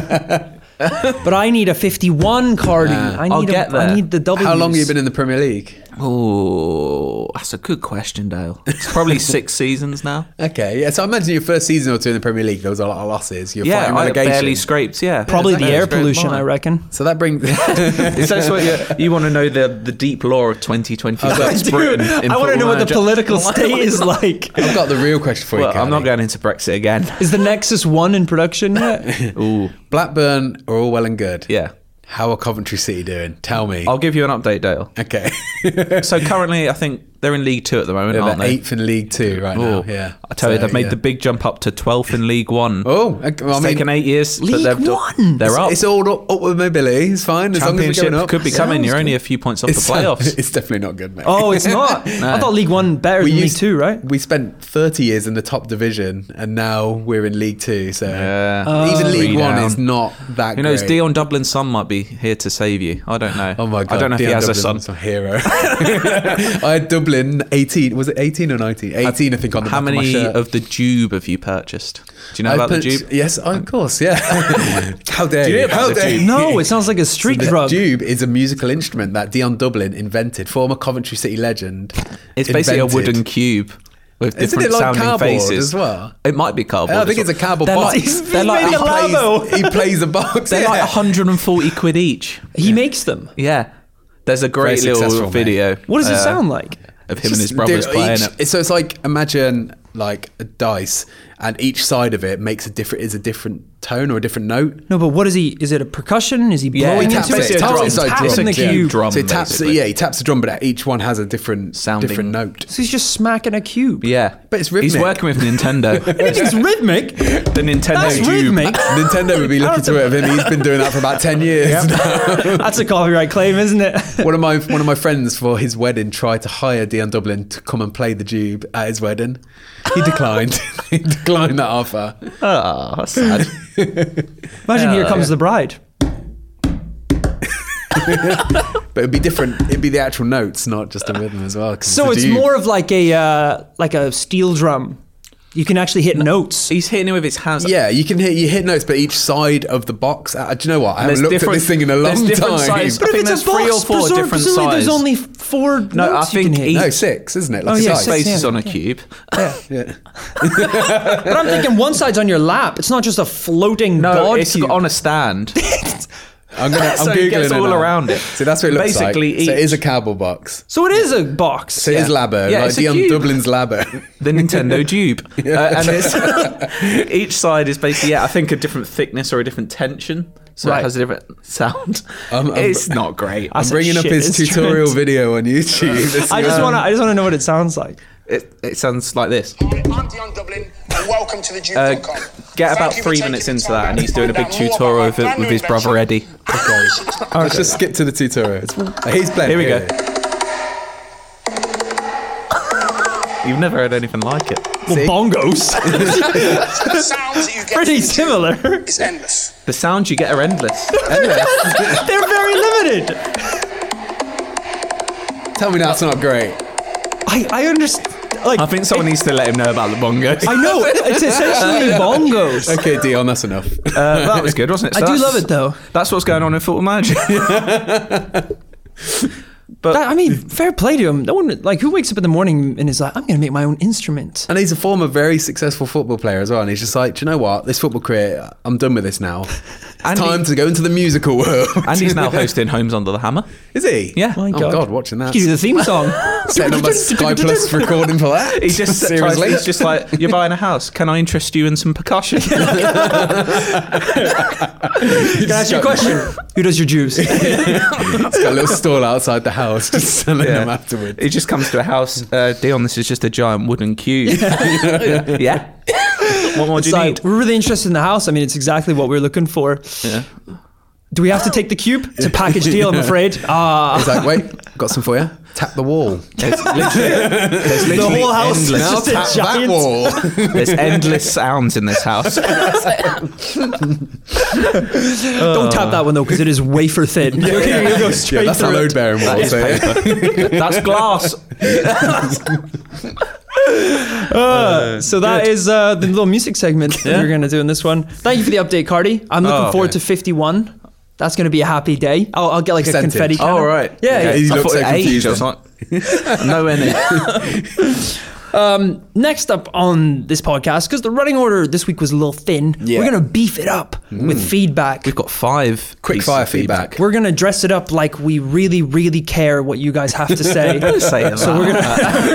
S1: but I need a 51, Cardi. I need
S3: I'll
S1: a-
S3: get there.
S1: I need the double.
S2: How long have you been in the Premier League?
S3: Oh, that's a good question, Dale. It's probably six seasons now.
S2: Okay, yeah. So I imagine your first season or two in the Premier League, there was a lot of losses. You're
S3: Yeah,
S2: fighting
S3: I
S2: relegation.
S3: barely scraped. Yeah,
S1: Probably
S2: Exactly.
S1: the air
S2: It's very
S1: pollution, I
S3: mild.
S1: reckon.
S2: so that brings. *laughs*
S3: Is that what you, you want to know the the deep lore of 2020?
S1: I want to know what the political state
S2: *laughs*
S1: is like.
S2: I've got the real question for you.
S3: Well, I'm not
S2: Carney.
S3: going into Brexit again.
S1: Is the Nexus 1 in production
S2: *laughs*
S1: yet?
S3: Ooh,
S2: Blackburn are all well and good.
S3: *laughs* yeah. Oh.
S2: How are Coventry City doing? Tell me.
S3: I'll give you an update, Dale. *laughs*
S2: okay.
S3: So currently, I think they're in League Two at the moment,
S2: They're
S3: aren't they?
S2: eighth in League Two right
S3: Oh,
S2: now. Yeah.
S3: I tell you,
S2: So,
S3: they've made
S2: yeah.
S3: the big jump up to 12th in League One.
S2: Oh, okay, well, I
S3: it's
S2: mean,
S3: taken eight years, but
S1: League
S3: they've do-
S1: One?
S3: They're up.
S2: it's all up, up with mobility. It's fine. As long as we're
S3: Championship
S2: going up.
S3: could be coming. You're only a few points off the
S2: It's- uh, *laughs*
S3: playoffs.
S2: It's definitely not good, mate.
S1: oh, it's not. I thought League 1 better than League
S2: used-
S1: 2, right?
S2: *laughs* We spent 30 years in the top division, and now we're in League Two. So
S3: Yeah.
S2: even League
S3: Three
S2: One
S3: down.
S2: is not that.
S3: Who knows?
S2: great.
S3: Dion Dublin's son might be here to save you. I don't know.
S2: Oh my god!
S3: I don't know
S2: Dion
S3: if he has
S2: Dublin's
S3: a
S2: a
S3: son. *laughs*
S2: hero. I had Dublin 18. Was it 18 or 19? 18, I think. On the
S3: How
S2: back of my
S3: many
S2: shirt.
S3: of the Jube have you purchased? Do you know
S2: I
S3: about
S2: put-
S3: the Jube?
S2: Yes, of course. Yeah.
S3: *laughs*
S2: How dare
S3: Do you
S2: you?
S3: know about
S2: How
S3: the
S2: dare
S3: Jube?
S2: you?
S1: No, it sounds like a street
S2: The
S1: drug.
S2: dube is a musical instrument that Dion Dublin invented, former Coventry City legend.
S3: It's basically a
S2: invented.
S3: wooden cube with
S2: Isn't
S3: different
S2: it like
S3: sounding
S2: cardboard
S3: faces
S2: as well?
S3: It might be cardboard.
S2: I think
S3: as
S2: it's a cardboard
S3: They're
S2: box.
S3: like-
S1: He's
S3: they're like-
S1: made a
S3: he plays-
S1: Labo.
S2: he plays a *laughs* box.
S3: They're
S2: yeah.
S3: like 140
S2: *laughs*
S3: quid each.
S1: He makes them.
S3: Yeah. There's a great
S2: Very
S3: little
S2: successful, mate.
S3: video.
S1: What does it
S3: uh,
S1: sound like?
S3: Of him and
S2: Just
S3: his brothers
S2: do
S3: playing
S2: each-
S3: it.
S2: So it's like imagine like a dice, and each side of it makes a different is a different tone or a different note.
S1: No, but what is he? Is it a percussion? Is he
S3: Yeah,
S1: blowing
S3: he
S1: into
S3: taps
S1: it?
S3: it. It's
S1: Taps-
S3: drum.
S1: it's
S3: It's like
S1: tapping
S3: drums.
S1: the
S3: It's a
S1: cube.
S3: drum.
S2: So he taps,
S3: basically.
S2: yeah, he taps the drum, but each one has a different
S3: Sounding-
S2: different
S3: *laughs*
S2: note.
S1: So he's just smacking a cube.
S3: Yeah.
S2: But it's
S3: He's
S2: rhythmic.
S3: working with Nintendo.
S1: *laughs* If it's
S3: *laughs*
S1: rhythmic,
S3: the Nintendo
S1: that's
S3: Cube. *laughs*
S1: rhythmic.
S2: Nintendo would be looking to it of him. He's been doing that for about ten years.
S1: That's a copyright claim, isn't it?
S2: *laughs* one of my one of my friends for his wedding tried to hire Dion Dublin to come and play the Jube at his wedding. He declined. *laughs* he declined that offer.
S3: Oh, that's sad.
S1: Imagine here
S3: Yeah.
S1: comes the bride.
S2: But it'd be different. It'd be the actual notes, not just the rhythm as well. 'cause
S1: So
S2: a
S1: it's
S2: Jube.
S1: more of like a uh, like a steel drum. You can actually hit notes.
S3: He's hitting it with his hands.
S2: Yeah, you can hit you hit notes, but each side of the box. Uh, do you know what? I
S3: there's
S2: haven't looked at
S3: different-
S2: this thing in a
S3: there's
S2: long
S3: different
S2: time.
S3: sides.
S1: But
S3: I
S1: if
S3: think
S1: it's a
S3: there's three
S1: box,
S3: or four
S1: presumably-
S3: different
S1: presumably there's
S3: size.
S1: only four
S3: No,
S1: notes
S3: I
S1: you can
S3: think
S1: hit.
S3: each-
S2: *laughs* No, six, isn't it? Like
S1: Oh,
S2: a
S1: yeah,
S2: dice.
S1: six,
S3: Spaces
S1: yeah.
S3: on a cube.
S2: Yeah.
S1: But I'm thinking one side's on your lap. It's not just a floating
S3: No,
S1: god
S3: it's
S1: cube.
S3: on
S1: *laughs*
S3: a stand.
S2: I'm
S3: *laughs*
S2: gonna. I'm
S3: So
S2: googling
S3: it gets all
S2: now.
S3: around it.
S2: So that's what it looks
S3: Basically
S2: like. So it
S3: each-
S2: is a cardboard box.
S1: so it is a box.
S2: So it is Labo,
S3: Yeah,
S2: like
S3: it's a
S2: Dion
S3: cube.
S2: Dublin's Labo.
S3: the
S1: *laughs*
S3: Nintendo Tube. Uh, and it's, each side is basically, yeah, I think a different thickness or a different tension. So
S1: Right.
S3: it has a different sound.
S2: Um, um,
S3: it's not great.
S1: I
S2: I'm
S1: said,
S2: bringing up
S1: "Shit,
S2: his
S1: it's true."
S2: tutorial video on
S3: *laughs*
S2: YouTube.
S1: I just want to. I just want to know what it sounds like.
S3: It, it sounds like this.
S4: Hi, I'm Dion Dublin, and welcome to the
S3: Uh,
S4: Duke.com.
S3: get about three minutes into that, and he's doing a big tutorial with, with his brother Eddie.
S1: *laughs*
S2: Let's just skip to the tutorial. It's- He's playing.
S3: Here we go. You've never heard anything like it.
S1: Well, *laughs*
S2: See?
S1: bongos.
S4: The
S3: *laughs*
S4: sounds that you get.
S1: Pretty
S4: from YouTube
S1: similar.
S4: is endless.
S3: The sounds you get are endless.
S1: They're very limited.
S2: Tell me that's not great.
S1: I, I understand. Like,
S3: I think someone needs to let him know about the bongos.
S1: I know it's essentially bongos.
S2: Okay, Dion, that's enough.
S3: Uh, that was good, wasn't it?
S1: I do
S3: that's-
S1: love it, though.
S3: That's what's going on in
S1: *laughs*
S3: football manager. but
S1: That- I mean, fair play to him. No one like who wakes up in the morning and is like, "I'm going to make my own instrument."
S2: And he's a former very successful football player as well. And he's just like, do you know what? This football career, I'm done with this now.
S3: *laughs*
S2: It's
S3: Andy-
S2: time to go into the musical world.
S3: and he's now hosting Homes Under the Hammer.
S2: *laughs* Is he?
S3: Yeah.
S1: My
S2: oh,
S1: God,
S2: God. watching that.
S1: Give you the theme song.
S2: Setting up my Sky Plus recording for that.
S3: *laughs*
S2: *laughs*
S3: He just
S2: Seriously?
S3: seriously. He's just like, you're buying a house. Can I interest you in some percussion?
S1: Can
S2: *laughs*
S1: I ask
S3: *laughs*
S1: you a question? Who does your juice?
S2: He's got a little stall outside the house just selling them afterwards.
S3: He just comes to a house. Uh, Dion, this is just a giant wooden cube. *laughs* yeah. What more do you
S1: So,
S3: need?
S1: we're really interested in the house. I mean, it's exactly what we're looking for.
S3: Yeah.
S1: Do we have to take the cube? It's a package deal, I'm afraid. Ah,
S2: He's like, wait, got some for you. Tap the wall.
S3: There's literally, there's
S1: the
S3: literally
S1: whole house is
S3: endless,
S2: Now
S1: just
S2: tap
S1: a
S2: that
S1: giant.
S2: *laughs* wall.
S3: there's endless sounds in this *laughs* house.
S1: Don't tap that one though, because it is wafer thin. You'll go- you'll go straight
S2: yeah, that's a
S1: through
S2: load
S1: it.
S2: bearing wall.
S3: is
S2: so
S1: *laughs*
S2: yeah.
S3: That's glass.
S1: Uh, so that is uh, the little music segment that we're going to do in this one. Thank you for the update, Cardi. I'm looking
S3: Oh,
S1: forward to
S3: okay.
S1: 51. That's going to be a happy day. I'll, I'll get like
S2: Percentage.
S1: a confetti.
S3: *laughs* Oh,
S1: cannon.
S3: right.
S1: Yeah,
S2: Okay.
S1: yeah.
S2: He
S3: I
S2: looked
S3: thought
S2: so
S3: it aged. I was *laughs* like, no any.
S1: Um, next up on this podcast, because the running order this week was a little thin,
S2: Yeah.
S1: we're going to beef it up
S3: Mm.
S1: with feedback.
S3: We've got five
S2: Quick
S3: pieces
S2: fire
S3: of feedback.
S2: feedback.
S1: We're going to dress it up like we really, really care what you guys have
S2: *laughs*
S1: to say.
S3: Say
S1: so *laughs* we're going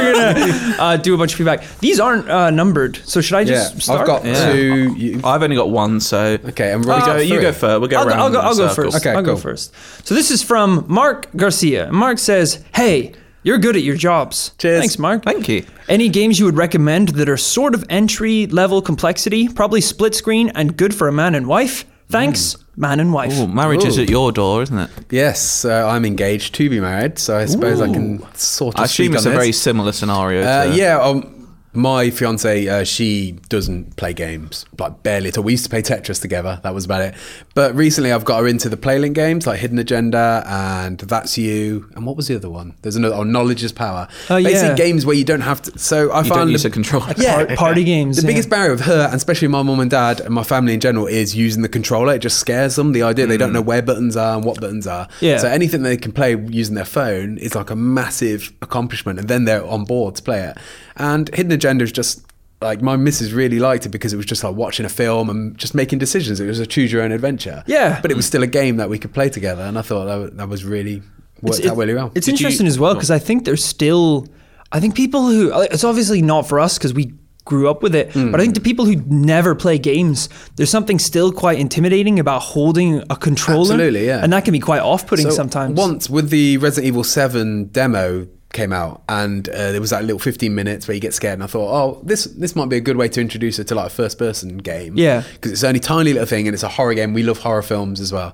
S1: to uh, do a bunch of feedback. These aren't uh, numbered, so should I
S2: Yeah,
S1: just start?
S2: I've got
S3: Yeah.
S2: two. You,
S3: I've only got one, so
S2: okay, and
S3: You
S2: Robbie
S3: go, you
S2: three.
S3: go first. We'll go
S1: I'll, go-
S3: round.
S1: I'll go,
S3: in
S1: I'll go
S3: circles.
S1: first.
S2: Okay,
S1: I'll go
S2: cool.
S1: first. So this is from Mark Garcia. Mark says, "Hey, you're good at your jobs.
S2: Cheers.
S1: Thanks, Mark.
S3: Thank you.
S1: Any games you would recommend that are sort of entry level complexity, probably split screen, and good for a man and wife? Thanks, man and wife.
S3: Ooh, marriage is
S2: Mm. Ooh.
S3: at your door, isn't it?
S2: Yes, uh, I'm engaged to be married, so I suppose I can sort of.
S3: I assume
S2: speak
S3: it's a
S2: on
S3: very
S2: this.
S3: similar scenario.
S2: Uh,
S3: to-
S2: yeah, um, my fiance, uh, she doesn't play games, like barely at all. We used to play Tetris together, that was about it. But recently I've got her into the Playlink games, like Hidden Agenda and That's You. And what was the other one? There's another, oh, Knowledge is Power.
S1: Oh,
S2: Basically,
S1: yeah.
S2: games where you don't have to. So I
S3: You
S2: found.
S3: don't use
S2: the-
S3: a controller.
S2: yeah,
S1: Par- party games,
S2: *laughs* The
S1: yeah.
S2: biggest barrier with her, and especially my mum and dad and my family in general, is using the controller. It just scares them. The idea they don't know where buttons are and what buttons are.
S1: Hmm. Yeah.
S2: So anything they can play using their phone is like a massive accomplishment, and then they're on board to play it. And Hidden Agenda is just like my missus really liked it because it was just like watching a film and just making decisions. It was a choose your own adventure.
S1: Yeah.
S2: But it was still a game that we could play together, and I thought that, wa- that was really worked
S1: it-
S2: out really well.
S1: It's
S3: Did you-
S1: interesting as well because I think there's still, I think people who uh, it's obviously not for us because we grew up with it,
S2: Hmm.
S1: but I think the people who never play games, there's something still quite intimidating about holding a controller.
S2: Absolutely, yeah.
S1: and that can be quite off-putting
S2: So,
S1: sometimes.
S2: Once with the Resident Evil 7 demo came out and uh, there was that little 15 minutes where you get scared and I thought oh this this might be a good way to introduce her to like a first person game
S1: Yeah.
S2: because it's only tiny little thing and it's a horror game we love horror films as well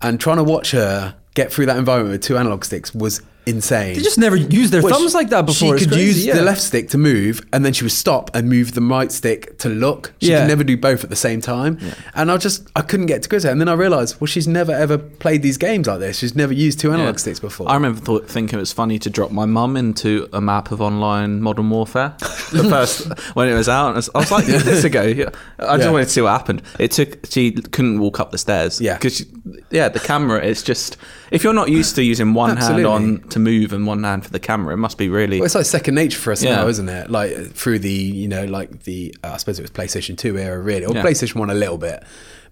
S2: and trying to watch her get through that environment with two analog sticks was insane
S1: they just never used their
S2: Well,
S1: thumbs
S2: she-
S1: like that before. It's
S2: She could
S1: crazy,
S2: use
S1: yeah.
S2: the left stick to move, and then she would stop and move the right stick to look. She
S1: Yeah.
S2: could never do both at the same time. And I just I couldn't get to grips with it. And then I realised, well, she's never ever played these games like this. She's never used two analog sticks before.
S3: I remember thought, thinking it was funny to drop my mum into a map of online Modern Warfare. *laughs* The first when it was out, I was, I was like, "This ago." Yeah. I just
S2: Yeah.
S3: wanted to see what happened. It took she couldn't walk up the stairs.
S2: Yeah.
S3: because yeah, the camera. It's just if you're not used to using one
S2: Absolutely.
S3: hand on to move and one hand for the camera, it must be really.
S2: Well, it's like second nature for us
S3: Yeah.
S2: now, isn't it? Like uh, through the you know like the uh, I suppose it was PlayStation Two era really, or
S3: Yeah.
S2: PlayStation One a little bit.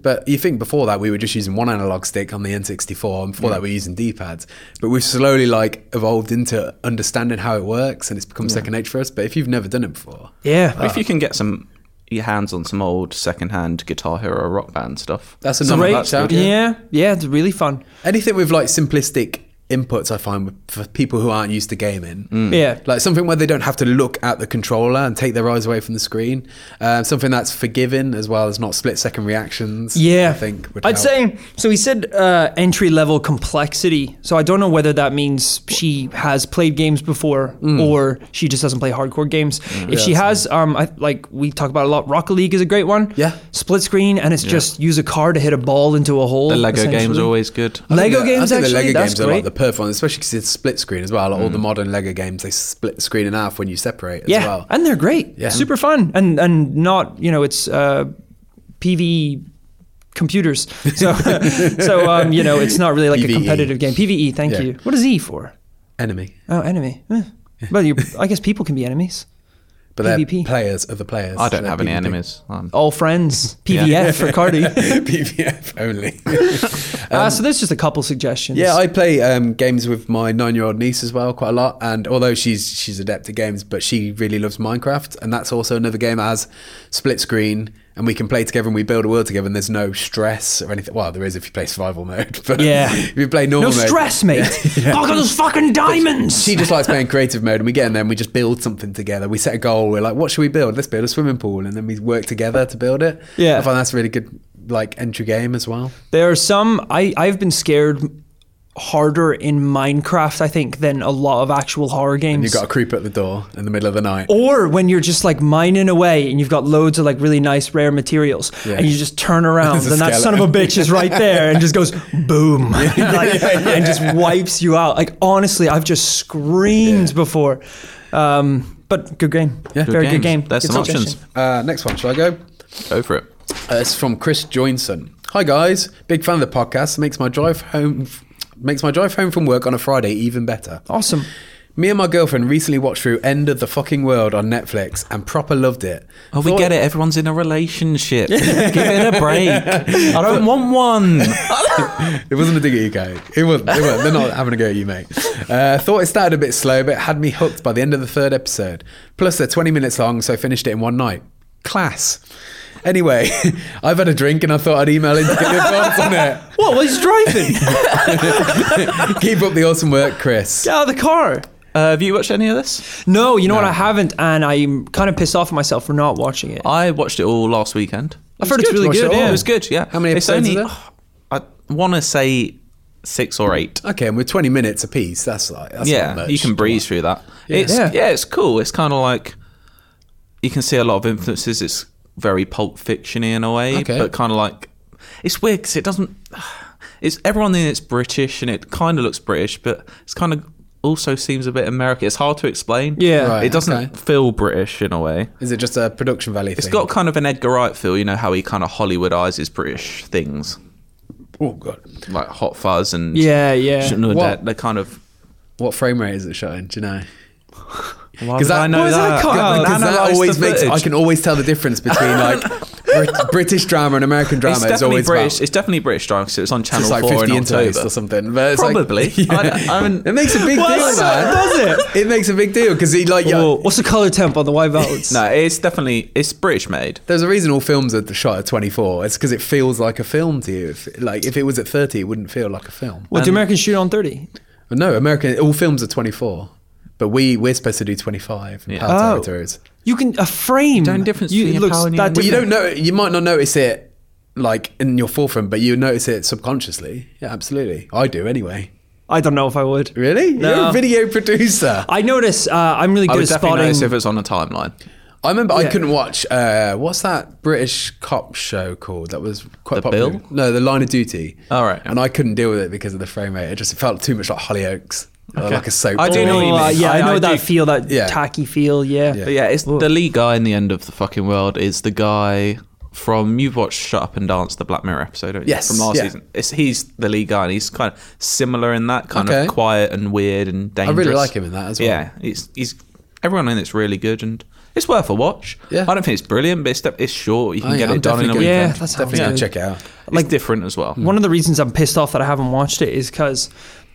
S2: But you think before that we were just using one analog stick on the N64, and before that we were using D-pads. But we've slowly like evolved into understanding how it works, and it's become second nature for us. But if you've never done it before,
S1: yeah.
S3: if you can get some your hands on some old second-hand Guitar Hero Rock Band stuff.
S2: that's
S1: It's
S2: another
S1: great.
S2: notch out.
S1: yeah, yeah, it's really fun.
S2: Anything with like simplistic inputs I find with- for people who aren't used to gaming.
S1: Yeah.
S2: Like something where they don't have to look at the controller and take their eyes away from the screen. Um, something that's forgiving as well as not split second reactions.
S1: Yeah,
S2: I think would
S1: I'd
S2: help.
S1: say so. He said uh, entry level complexity. So I don't know whether that means she has played games before
S2: Mm.
S1: or she just doesn't play hardcore games. if she has, um, I, like we talk about a lot, Rocket League is a great one.
S2: Yeah.
S1: split screen, and it's just use a car to hit a ball into a hole.
S3: The Lego games
S1: essentially.
S3: are always good.
S2: I think
S1: Lego
S2: the- I
S1: games
S2: think
S1: actually.
S2: the Lego
S1: that's
S2: games are
S1: great. Mm.
S2: like the perfect one, especially because it's split screen as well. Like All the modern Lego games they split the screen in half when you separate as
S1: yeah,
S2: well.
S1: and they're great.
S2: Yeah.
S1: super fun, and and not you know it's uh, PV computers.
S2: *laughs*
S1: So so um, you know it's not really like a
S2: PVE.
S1: competitive game. PVE. Thank
S2: E. Yeah.
S1: you. What is E for?
S2: Enemy,
S1: Oh, enemy. Eh. Well, you I guess people can be enemies.
S2: but they're
S1: PvP.
S2: players, other players.
S3: I don't
S2: so
S3: have any
S2: PvP. *laughs*
S3: enemies. Um,
S1: All friends. PVF for Cardi.
S2: Um, PvF
S1: *laughs*
S2: only.
S1: uh, so there's just a couple suggestions.
S2: Yeah, I play um, games with my nine-year-old niece as well quite a lot, and although she's she's adept at games, but she really loves Minecraft, and that's also another game that has split screen, and we can play together and we build a world together, and there's no stress or anything. Well, there is if you play survival *laughs* mode, but
S1: Yeah.
S2: if you play
S1: no
S2: normal mode,
S1: stress,
S2: *laughs*
S1: mate. Look at those fucking diamonds.
S2: She just likes playing creative mode, and we get in there and we just build something together. We set a goal. We're like, what should we build? Let's build a swimming pool, and then we work together to build it.
S1: Yeah.
S2: I find that's a really good like entry game as well.
S1: There are some I I've been scared harder in Minecraft I think than a lot of actual horror games.
S2: You've got a creeper at the door in the middle of the night.
S1: or when you're just like mining away and you've got loads of like really nice rare materials and you just turn
S3: *laughs*
S1: around
S2: There's a
S1: and that son of a
S2: skeleton.
S1: bitch is right there and just goes boom *laughs* Like, and just wipes you out. Like honestly, I've just screamed before. Um, but good game. Yeah,
S3: Good
S1: Very good game.
S3: games. There's
S1: Good
S3: some
S1: suggestion.
S3: options.
S2: Uh, next one, shall I go?
S3: Go for it.
S2: Uh, it's from Chris Joynson. Hi guys, big fan of the podcast. Makes my drive home makes my drive home from work on a Friday even better.
S1: Awesome.
S2: Me and my girlfriend recently watched through End of the Fucking World on Netflix and proper loved it.
S3: Oh, we
S2: Thought-
S3: get it. Everyone's in
S2: *laughs*
S3: a relationship. Give it a break. I don't want one.
S2: It wasn't a dig at you, Kate. It wasn't. It wasn't. They're not having a go at you, mate. Uh, thought it started a bit slow, but it had me hooked by the end of the third episode. Plus, they're 20 minutes long, so I finished it in one night. Class. Anyway, *laughs* I've had a drink and I thought I'd email in to get your thoughts on it. *laughs*
S1: What was he's
S3: *laughs*
S1: driving?
S2: Keep up the awesome work, Chris.
S1: Get out of the car.
S3: Uh, have you watched any of this?
S1: No, you know what? I haven't, and I'm kind of pissed off at myself for not watching it.
S3: I watched it all last weekend.
S1: I've heard it's really
S2: Watch it
S1: good.
S2: all.
S1: yeah.
S3: It was good. Yeah.
S2: How many
S3: It's
S2: episodes
S3: only-
S2: is there?
S3: *sighs* I want to say six or eight.
S2: Okay, and we're 20 minutes apiece. That's like, that's
S3: yeah,
S2: not much.
S3: you can breeze through that. It's
S1: Yeah.
S3: yeah. it's cool. It's kind of like you can see a lot of influences. It's very pulp fictiony in a way,
S2: Okay.
S3: but kind of like it's weird 'cause it doesn't. *sighs* It's everyone in it's British and it kind of looks British, but it's kind of also seems a bit American. It's hard to explain.
S1: Yeah. Right,
S3: it doesn't
S2: okay.
S3: feel British in a way.
S2: Is it just a production value
S3: It's
S2: thing?
S3: got kind of an Edgar Wright feel, you know, how he kind of Hollywoodizes British things
S2: Oh, God.
S3: like Hot Fuzz and
S1: Yeah, yeah.
S3: Shouldn't Know
S2: What?
S3: Dead, They're kind of
S2: What frame rate is it shot in? Do you know?
S3: why
S2: would I know
S1: Why is that that? cut out?
S2: Because that
S3: Analyse the
S2: always makes I
S3: footage.
S2: can always tell the difference between like Brit- British drama and American drama.
S3: It's
S2: is
S3: definitely
S2: always
S3: British.
S2: about-
S3: It's definitely British drama because it was on Channel
S2: it's like
S3: Four in
S2: fifty interludes
S3: October.
S2: or something. But it's like- *laughs*
S3: Probably. I don't- I haven't-
S2: it makes a big
S1: Why
S2: deal,
S1: is
S2: man.
S1: that- does it?
S2: It makes a big deal because he like yeah,
S1: Whoa, what's the color temp on the
S3: *laughs*
S1: white velvets?
S3: No, it's definitely it's British made.
S2: There's a reason all films are shot at 24. It's because it feels like a film to you. If, like if it was at 30, it wouldn't feel like a film.
S1: What do Americans shoot on thirty?
S2: But no, American all films are 24, but we we're supposed to do 25 in power
S1: Oh.
S2: territories.
S1: You can a frame.
S3: Don't difference
S1: You, it
S3: between
S1: looks
S3: Apollo and
S1: that
S3: Neanderthal.
S2: Well, you
S1: different.
S2: don't know. You might not notice it like in your forefront, but you notice it subconsciously. Yeah, absolutely. I do anyway.
S1: I don't know if I would.
S2: Really? You're
S1: No.
S2: a video producer.
S1: I notice. Uh, I'm really
S3: I
S1: good
S3: would
S1: at
S3: definitely
S1: spotting.
S3: notice if it's on a timeline.
S2: I remember I
S1: Yeah.
S2: couldn't watch uh, what's that British cop show called that was quite
S3: The
S2: popular.
S3: Bill?
S2: No, The Line of Duty.
S3: All right.
S2: And I couldn't deal with it because of the frame rate. It just felt too much like Hollyoaks, or like a soap.
S3: I do
S1: Oh,
S3: you know what you mean.
S1: uh, yeah, I,
S3: I-
S1: know
S3: I
S1: that
S3: do-
S1: feel, that
S2: Yeah.
S1: tacky feel. Yeah.
S2: Yeah.
S3: But yeah, it's the lead guy in the end of the fucking world is the guy from you've watched Shut Up and Dance, the Black Mirror episode, don't you?
S2: Yes,
S3: from last
S2: yeah.
S3: season. It's he's the lead guy, and he's kind of similar in that kind
S2: Okay.
S3: of quiet and weird and
S2: I
S3: dangerous.
S2: really like him in that as well.
S3: Yeah, he's he's everyone in it's really good and. It's worth a watch.
S2: Yeah.
S3: I don't think it's brilliant, but it's, de- it's short. You can
S2: Oh, yeah,
S3: get
S2: I'm
S3: it done in a
S2: definitely
S3: weekend.
S2: gonna-
S1: Yeah, that sounds
S2: definitely gonna
S1: good.
S2: check it out.
S3: like different as well.
S1: One of the reasons I'm pissed off that I haven't watched it is because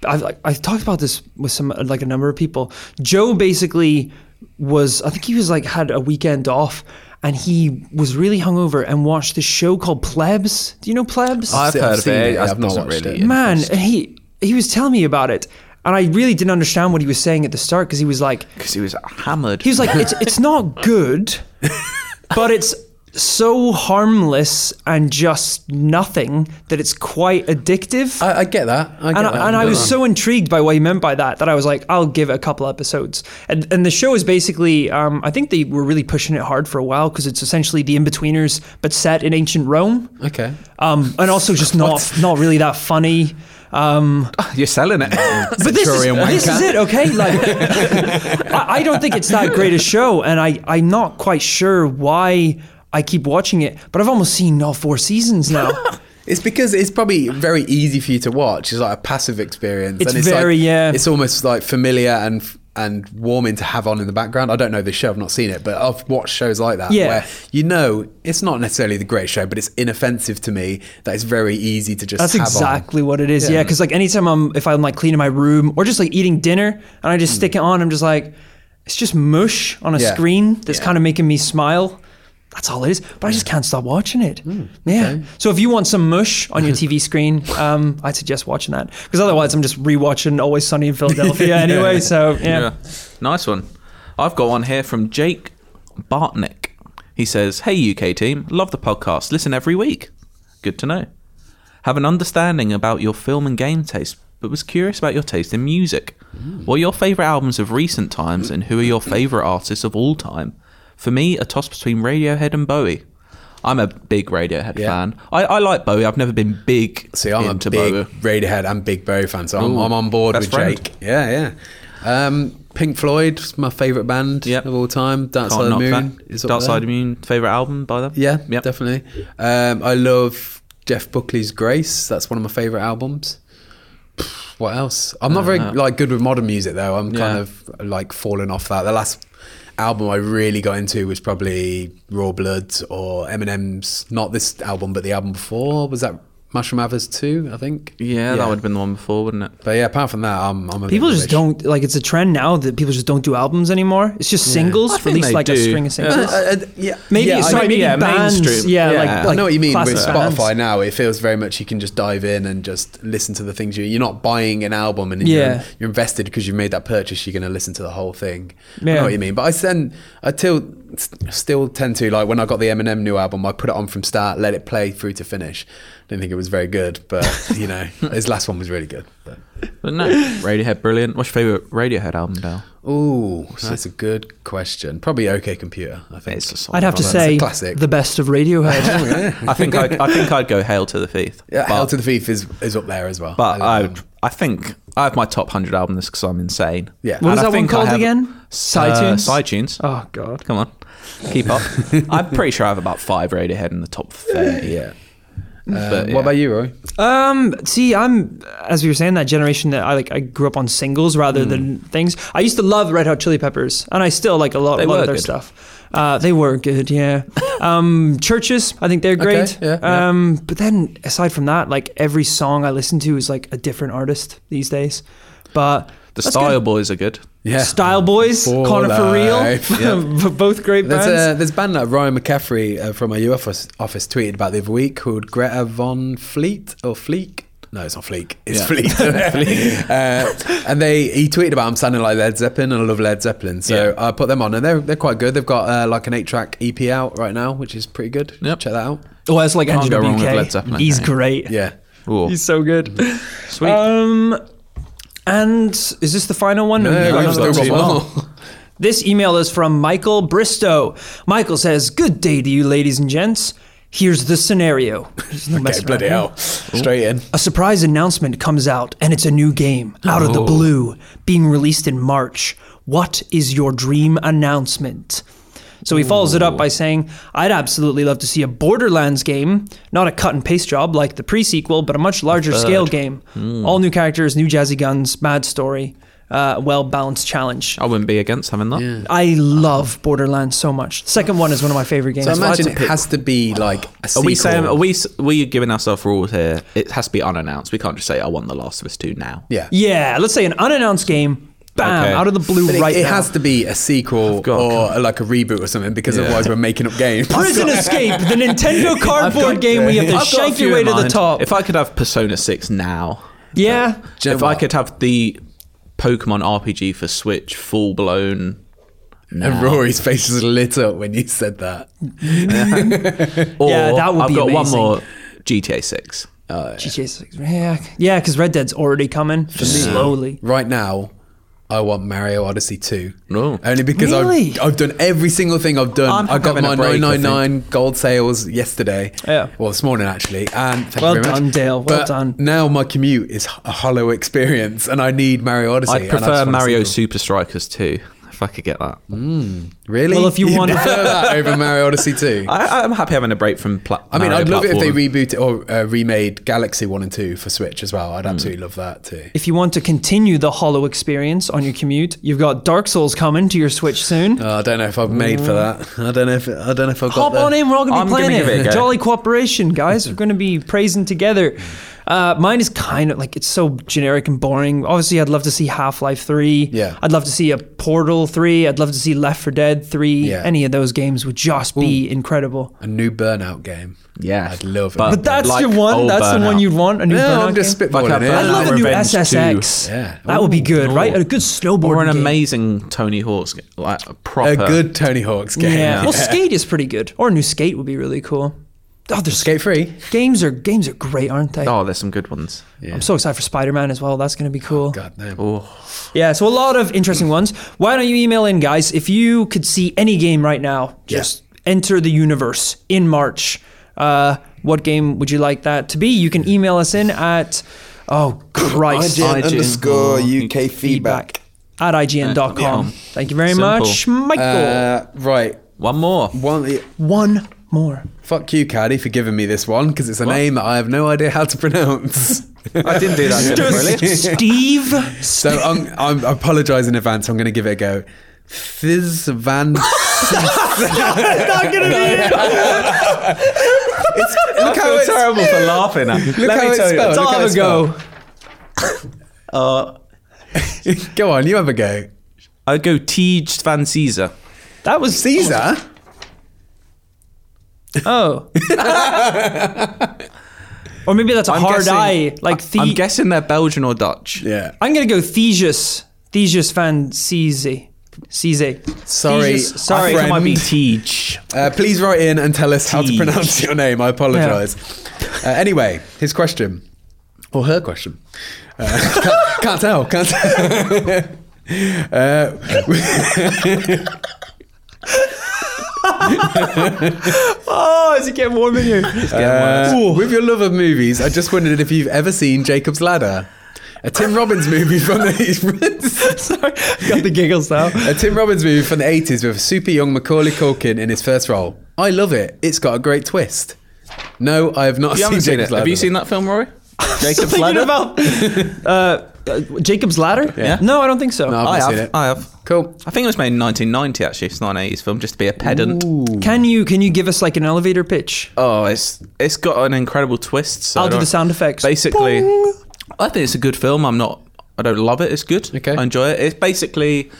S1: I've like, I've talked about this with some like a number of people. Joe basically was I think he was like had a weekend off. And he was really hungover and watched this show called Plebs. Do you know Plebs?
S3: I've
S2: I've
S3: heard of
S2: seen
S3: it.
S2: it,
S3: I
S2: I've not
S3: wasn't
S2: watched
S3: really
S2: it.
S1: man he he was telling me about it And I really didn't understand what he was saying at the start because he was like,
S3: because he was hammered.
S1: he was like, it's it's not good, but it's so harmless and just nothing that it's quite addictive.
S2: I, I get that. I
S1: and,
S2: get that. um,
S1: I, and I was so intrigued by what he meant by that that I was like, I'll give it a couple episodes. And and the show is basically, um, I think they were really pushing it hard for a while because it's essentially the Inbetweeners, but set in ancient Rome,
S2: okay.
S1: um, and also just not not really that funny. Um,
S3: *laughs* You're
S2: *laughs*
S3: selling it.
S1: but this is,
S2: Centurion
S1: this
S2: wanker.
S1: is it, okay? Like, I, I don't think it's that great a show, and I, I'm not quite sure why I keep watching it, but I've almost seen all four seasons now.
S2: It's because it's probably very easy for you to watch. It's like a passive experience.
S1: It's
S2: and it's
S1: very,
S2: like,
S1: yeah.
S2: It's almost like familiar and and warming to have on in the background. I don't know this show. I've not seen it, but I've watched shows like that
S1: Yeah.
S2: where you know it's not necessarily the greatest show, but it's inoffensive to me. That it's very easy to just.
S1: That's
S2: have
S1: exactly what it is, yeah. Because like anytime I'm, if I'm like cleaning my room or just like eating dinner, and I just stick it on, I'm just like, it's just mush on a
S2: Yeah.
S1: screen that's kind of making me smile. That's all it is, but I just can't stop watching it. yeah. So if you want some mush on your TV screen, um, I'd suggest watching that because otherwise I'm just rewatching Always Sunny in Philadelphia anyway. So yeah.
S3: Yeah. Nice one. I've got one here from Jake Bartnick. He says, Hey, UK team, love the podcast. Listen every week. Good to know. Have an understanding about your film and game taste, but was curious about your taste in music. What are your favourite albums of recent times, and who are your favourite artists of all time? For me, a toss between Radiohead and Bowie. I'm a big Radiohead
S2: Yeah.
S3: fan. I, I like Bowie. I've never been big
S2: See, I'm
S3: into
S2: a big
S3: Bowie.
S2: Radiohead and Big Bowie fan, so I'm,
S3: Ooh,
S2: I'm on board
S3: best
S2: with
S3: friend.
S2: Jake. Yeah, yeah. Um, Pink Floyd, my favourite band
S3: Yep.
S2: of all time. Dark
S3: Can't
S2: Side of
S3: knock
S2: the Moon.
S3: that.
S2: is up
S3: Dark
S2: there.
S3: Side of the Moon, favourite album by them?
S2: Yeah,
S3: Yep.
S2: definitely. Um, I love Jeff Buckley's Grace. That's one of my favorite albums. Pff, What else? I'm not very like good with modern music though. I'm kind
S3: Uh, Yeah.
S2: of like falling off that. The last album I really got into was probably Raw Bloods or Eminem's. Not this album, but the album before was that Mushroom Avers Two, I think.
S3: Yeah, that would have been the one before, wouldn't it?
S2: But yeah, apart from that, I'm. I'm a
S1: People
S2: bit
S1: just
S2: rubbish.
S1: don't like. It's a trend now that people just don't do albums anymore. It's just singles,
S3: I think
S1: release
S3: they
S1: like a
S3: do.
S1: string of
S3: Yeah.
S1: singles.
S2: Uh, uh, yeah,
S1: Maybe
S2: yeah, I-
S1: sorry, maybe
S3: yeah,
S1: bands.
S3: mainstream.
S1: Yeah,
S3: Yeah.
S1: like,
S3: I
S1: like
S2: I know what you mean with
S1: classic bands.
S2: Spotify now. It feels very much you can just dive in and just listen to the things you. You're not buying an album and
S1: Yeah.
S2: you're, you're invested because you've made that purchase. You're going to listen to the whole thing. I
S1: Yeah.
S2: know what you mean. But I send, I till, s- still tend to like when I got the Eminem new album. I put it on from start, let it play through to finish. Didn't think it was very good,
S1: *laughs*
S2: but you know, his last one was really good. But.
S3: But no, Radiohead, brilliant. What's your favourite Radiohead album, Dale?
S2: Ooh, that's a good question. Probably OK Computer. I think
S1: I'd have to
S2: Oh, That's a
S1: say
S2: classic.
S1: the best of Radiohead.
S2: Oh, *laughs* yeah.
S3: I think I, I think I'd go Hail to the Thief.
S2: Yeah,
S3: but,
S2: Hell to the Thief is, is up there as well.
S3: but
S2: love
S3: I,
S2: them.
S3: I think I have my top hundred album list because I'm insane.
S2: Yeah.
S1: What was
S3: And I
S1: that one
S3: think I
S1: called
S3: have-
S1: again?
S3: Uh,
S1: SciTunes.
S3: SciTunes.
S1: oh God.
S3: Come on, keep up. I'm pretty sure I have about five Radiohead in the top thirty.
S2: yeah.
S3: But, yeah.
S2: What about you, Roy?
S1: Um. See, I'm as we were saying that generation that I like. I grew up on singles rather than
S2: Hmm.
S1: things. I used to love Red Hot Chili Peppers, and I still like a lot,
S3: They
S1: a lot
S3: were
S1: of their
S3: good.
S1: stuff. Uh, they were good,
S2: *laughs*
S1: yeah. Um, churches, I think they're great.
S2: yeah, yeah.
S1: Um, but then aside from that, like every song I listen to is like a different artist these days. But
S3: The
S1: that's
S3: Style
S1: good.
S3: Boys are good.
S1: Style Boys,
S2: For
S1: Connor for
S3: *laughs*
S1: *laughs*
S2: life.
S1: real, both great
S2: There's
S1: bands.
S2: a, there's a band that Ryan McCaffrey uh, from our EU office, office tweeted about the other week called Greta Von Fleet or Fleek. No, it's not Fleek. It's
S3: Yeah. *laughs*
S2: Fleet. uh, *laughs* and they he tweeted about them sounding like Led Zeppelin, and I love Led Zeppelin. So
S3: Yeah.
S2: I put them on, and they're they're quite good. They've got uh, like an eight track EP out right now, which is pretty good.
S3: Yep.
S2: Check that out.
S1: Oh, that's like
S3: Can't go wrong with
S1: NGWK.
S3: Led Zeppelin,
S1: He's
S3: hey.
S1: great.
S2: Yeah.
S1: *laughs*
S3: Ooh.
S1: He's so good.
S3: Sweet.
S1: Um, and is this the final one?
S2: Yeah,
S1: No,
S2: we've
S1: no,
S2: still
S1: no.
S2: got one. *laughs*
S1: This email is from Michael Bristow. Michael says, "Good day to you, ladies and gents. Here's the scenario. *laughs* There's no
S2: Okay,
S1: messing
S2: bloody
S1: around here.
S2: hell. Straight in.
S1: A surprise announcement comes out, and it's a new game out of the blue, being released in March. What is your dream announcement? So he follows it up by saying, I'd absolutely love to see a Borderlands game, not a cut and paste job like the pre sequel, but a much larger scale game. All new characters, new jazzy guns, mad story, uh, well balanced challenge.
S3: I wouldn't be against having that.
S1: I love Borderlands so much. The second one is one of my favorite games.
S2: So I
S1: Lots
S2: imagine
S1: of
S2: it has to be like a
S3: Are
S2: sequel.
S3: we saying are we s- we giving ourselves rules here? It has to be unannounced. We can't just say I want The Last of Us two now.
S2: Yeah.
S1: Yeah, let's say an unannounced game, bam,
S3: Okay.
S1: out of the blue
S2: But it,
S1: right
S2: it
S1: now.
S2: has to be a sequel
S3: got-
S2: or like a reboot or something because
S3: Yeah.
S2: otherwise we're making
S3: *laughs*
S2: up games.
S1: Prison Escape, the *laughs* Nintendo cardboard game where you have to
S3: I've got a
S1: shake
S3: few
S1: your way
S3: in
S1: to the
S3: mind.
S1: top.
S3: If I could have Persona six now,
S1: yeah.
S2: Do you know
S3: if I
S2: what?
S3: could have the Pokemon RPG for Switch, full blown.
S2: And Rory's face was lit up when you said that.
S3: Or
S1: Yeah, that would
S3: I've
S1: be
S3: got one
S1: amazing.
S3: more GTA 6.
S1: GTA 6. Yeah, yeah, because Red Dead's already coming just slowly.
S2: Right now, I want Mario Odyssey 2.
S3: Oh.
S2: Only because
S1: Really?
S2: I've, I've done every single thing I've done.
S3: I'm
S2: i got
S3: having a
S2: my
S3: break, I
S2: 999 gold sales yesterday.
S1: Yeah.
S2: Well, this morning, actually. And thank
S1: Well
S2: you very much.
S1: done, Dale. Well
S2: But
S1: done.
S2: Now my commute is a hollow experience and I need Mario Odyssey.
S3: I'd
S2: and I just
S3: prefer
S2: wanna see
S3: Mario
S2: them.
S3: Super Strikers 2, if I could get that.
S2: Really?
S1: Well, if
S2: *laughs*
S1: you want-
S2: prefer that over Mario Odyssey 2.
S3: I, I'm happy having a break from pla-
S2: I mean,
S3: Mario
S2: I'd love it if they
S3: platform.
S2: rebooted or uh, remade Galaxy 1 and 2 for Switch as well. I'd absolutely love that too.
S1: If you want to continue the hollow experience on your commute, you've got Dark Souls coming to your Switch soon.
S2: Oh, I don't know if I've made for that. *laughs* I don't know if I don't know if I've got
S1: Hop
S2: the-
S1: on in. We're all going to
S3: I'm
S1: be
S3: gonna
S1: playing
S3: give it a
S1: it.
S3: go.
S1: Jolly cooperation, guys. We're going to be praising together. Uh, mine is kind of like it's so generic and boring. Obviously, I'd love to see Half Life 3.
S2: Yeah.
S1: I'd love to see a Portal 3. I'd love to see Left 4 Dead 3.
S2: Yeah.
S1: Any of those games would just be incredible.
S2: a new Burnout game.
S3: Yeah.
S2: I'd love it.
S3: But-
S1: But that's
S3: Like
S1: your one.
S3: old
S1: That's the one
S3: Burnout.
S1: you'd want. A new
S2: no,
S1: Burnout
S2: I'm just
S1: game?
S2: spitballing
S3: Like a
S2: here.
S1: I
S3: Burnout
S1: love a new
S3: Revenge 2.
S1: SSX.
S2: Yeah.
S1: That would be good,
S3: Ooh.
S1: right? A good snowboarding
S3: Or an
S1: game.
S3: amazing Tony Hawk's game. Like a proper.
S2: a good Tony Hawk's game.
S1: Yeah. Well, Skate is pretty good. Or a new Skate would be really cool. Oh, there's
S2: Skate free.
S1: games are games are great, aren't they?
S3: Oh, there's some good ones.
S1: I'm so excited for Spider Man as well. That's going to be cool.
S2: God damn.
S3: Oh,
S1: yeah, so a lot of interesting ones. Why don't you email in, guys? If you could see any game right now, just enter the universe in March. Uh, what game would you like that to be? You can email us in at, oh, Christ.
S3: IGN.
S5: IGN underscore UK feedback.
S1: feedback at ign.com.
S3: Yeah.
S1: Thank you very
S3: Simple.
S1: much, Michael.
S2: Uh, right.
S3: one more.
S2: One.
S1: One more.
S2: Fuck you, Caddy, for giving me this one because it's a name that I have no idea how to pronounce.
S3: I didn't
S2: *laughs*
S3: do that. did I,
S1: *laughs*
S3: really?
S1: Steve.
S2: so I'm, I'm I apologise in advance. I'm going to give it a go. Fizz Van. *laughs*
S1: not going to be it.
S2: Look how
S3: I
S2: it's
S3: feel terrible for laughing at.
S2: look
S3: Let
S2: how
S3: me
S2: it's
S3: tell you.
S2: spelled.
S1: I'll
S2: Look how
S1: have
S2: it's
S1: a go.
S2: spelled. *laughs* Go on, you have a go.
S3: I'd go Tej Van Caesar.
S1: That was
S2: Caesar.
S1: Oh. or maybe that's a hard eye. Like the-
S3: I'm guessing they're Belgian or Dutch.
S2: Yeah.
S1: I'm gonna go Theseus. Theseus van Cise. Cise.
S2: Sorry,
S1: Theseus- sorry.
S3: I think it might be
S2: friend.
S3: Tej.
S2: Uh, please write in and tell us how to
S3: Teej.
S2: pronounce your name. I apologise. Uh, anyway, his question or her question. Uh, *laughs* can't, can't tell. Can't tell.
S1: Oh, is it getting warm in here? *laughs*
S2: *laughs* Uh, with your love of movies, I just wondered if you've ever seen Jacob's Ladder, a Tim Robbins movie from
S1: *laughs*
S2: the *laughs*
S1: Sorry.
S3: *laughs*
S1: Got the giggles now.
S2: a Tim Robbins movie from the eighties with super young Macaulay Culkin in his first role. I love it. It's got a great twist. No, I have not
S3: You
S2: seen
S3: haven't seen
S2: Jacob's
S3: it.
S2: Ladder.
S3: Have you seen that film, Rory?
S1: *laughs*
S3: Jacob's
S1: Thinking
S3: Ladder.
S1: about uh, uh, Jacob's Ladder?
S3: Yeah.
S1: No, I don't think so.
S2: No,
S3: I
S2: I've not
S3: have.
S2: seen it.
S3: I have.
S2: Cool.
S3: I think it was made in 1990. Actually, it's not an 80s film. Just to be a pedant.
S1: Can you can you give us like an elevator pitch?
S3: Oh, it's it's got an incredible twist. So
S1: I'll
S3: I
S1: do the
S3: don't-
S1: sound effects.
S3: Basically, I think it's a good film. I'm not. I don't love it. It's good.
S2: Okay.
S3: I enjoy it. It's basically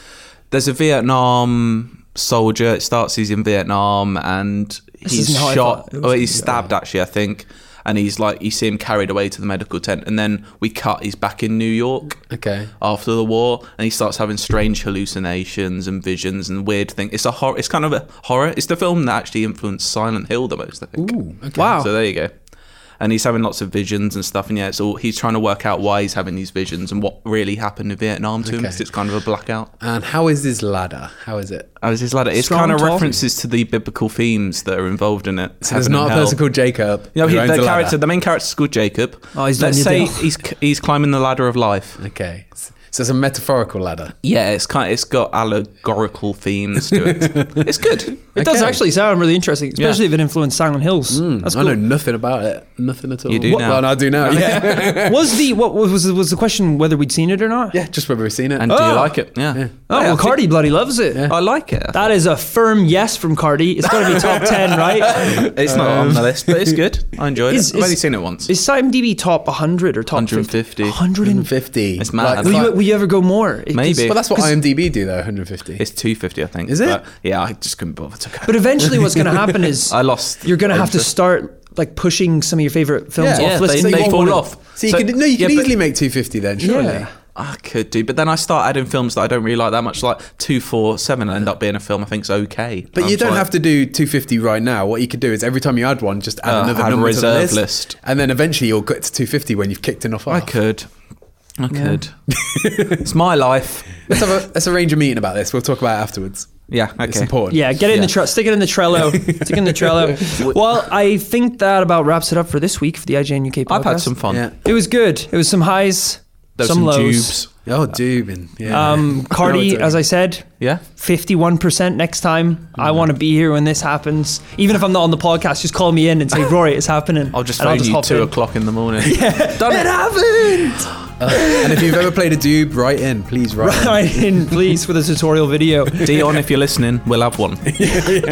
S3: there's a Vietnam soldier. It starts. He's in Vietnam and he's
S1: isn't how I
S3: shot.
S1: thought it was
S3: Or
S1: gonna
S3: he's stabbed actually. I think. And he's like, you see him carried away to the medical tent, and then we cut. He's back in New York
S2: Okay.
S3: after the war, and he starts having strange hallucinations and visions and weird things. It's a horror. It's kind of a horror. It's the film that actually influenced Silent Hill the most. I think.
S1: Wow.
S3: So there you go. And he's having lots of visions and stuff, and yeah, it's all he's trying to work out why he's having these visions and what really happened in Vietnam to him.
S2: Okay.
S3: 'cause It's kind of a blackout.
S2: And how is his ladder? How is it?
S3: As his ladder, it's
S1: Strong
S3: kind of
S1: talk.
S3: references to the biblical themes that are involved in it.
S2: So there's
S3: Heaven
S2: not
S3: and
S2: a
S3: hell.
S2: person called Jacob.
S3: No,
S2: who
S3: he,
S2: owns a
S3: the
S2: ladder.
S3: character, the main character's called Jacob.
S1: Oh, he's done
S3: Let's
S1: your
S3: say
S1: deal.
S3: he's he's climbing the ladder of life.
S2: Okay. So it's a metaphorical ladder.
S3: Yeah, it's kind. Of, it's got allegorical themes
S2: *laughs*
S3: to it. it's good.
S1: It does
S2: Okay.
S1: actually sound really interesting, especially if it influenced Silent Hills. That's
S2: I
S1: cool.
S2: know nothing about it. Nothing at all.
S3: You do
S2: What-
S3: now.
S2: Well, no, I do now. Yeah.
S1: was the what was was the, was the question whether we'd seen it or not?
S2: *laughs* yeah, just whether we've seen it. Ah!
S3: And do you like it? Yeah.
S1: Oh,
S3: Yeah, I
S1: well,
S3: think-
S1: Cardi bloody loves it.
S3: I like it.
S1: That is a firm yes from Cardi. It's going to be top 10, right?
S3: it's not on the list, but it's good. I enjoyed
S1: Is-
S3: it. I've
S1: is-
S3: only seen it once.
S1: Is SimDB top 100 or top
S3: 150.
S1: 150.
S2: 150.
S3: It's mad.
S2: Like,
S1: Will you,
S2: like-
S1: will you ever go more? It- 'cause-
S3: Maybe.
S2: but that's what IMDb do though. 150.
S3: It's 250, I think.
S2: Is it?
S3: But, yeah, I just couldn't bother to go.
S1: But eventually, what's going to happen is
S3: I lost
S1: You're going to have to
S3: interest.
S1: start like pushing some of your favorite films
S2: Yeah.
S1: off
S2: Yeah,
S1: list.
S2: they-
S1: and
S2: they
S1: you
S2: fall
S1: won't-
S2: So you could no, you
S3: yeah,
S2: could
S3: but-
S2: easily make 250 then, surely.
S1: Yeah.
S3: I could do, but then I start adding films that I don't really like that much, like two, four, seven, and end up being a film I think's okay.
S2: But you don't have to do 250 right now. What you could do is every time you add one, just add
S3: Uh,
S2: another
S3: add
S2: number to
S3: reserve
S2: the list,
S3: list.
S2: and then eventually you'll get to 250 when you've kicked enough
S3: I
S2: off.
S3: could. I could. it's my life.
S2: Let's have a let's arrange a meeting about this. We'll talk about it afterwards.
S3: Yeah. Okay.
S2: It's important.
S1: Yeah, get it in
S3: Yeah.
S1: the tre- stick it in the
S3: *laughs*
S1: Trello, stick it in the Trello. Well, I think that about wraps it up for this week for the IGN UK podcast.
S3: I've had some fun.
S2: Yeah.
S1: It was good. It was some highs,
S3: There were
S1: some, lows.
S3: jubes.
S2: Oh, Dubin.
S3: *laughs*
S2: Yeah.
S1: Um,
S2: I
S1: Cardi,
S2: don't.
S1: as I said,
S3: Yeah. Mm.
S1: 51% next time. I want to be here when this happens. Even if I'm not on the podcast, just call me in
S3: *laughs*
S1: and say, Rory, it's happening.
S3: I'll just
S1: and
S3: phone you
S1: hop
S3: two
S1: in. *laughs*
S3: o'clock in the morning.
S1: Done it happened!
S2: and if you've ever played a Dube, write in, please
S1: *laughs*
S2: write. in.
S1: Right in, please, with a tutorial
S3: *laughs*
S1: video. Do
S3: Dion, if you're listening, we'll have one.
S1: an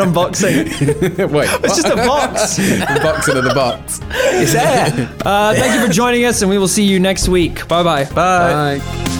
S1: unboxing.
S2: Wait,
S1: It's just a box.
S2: *laughs* the box into the box.
S1: It's there. Uh, thank you for joining us, and we will see you next week. Bye-bye.
S2: *laughs* Bye.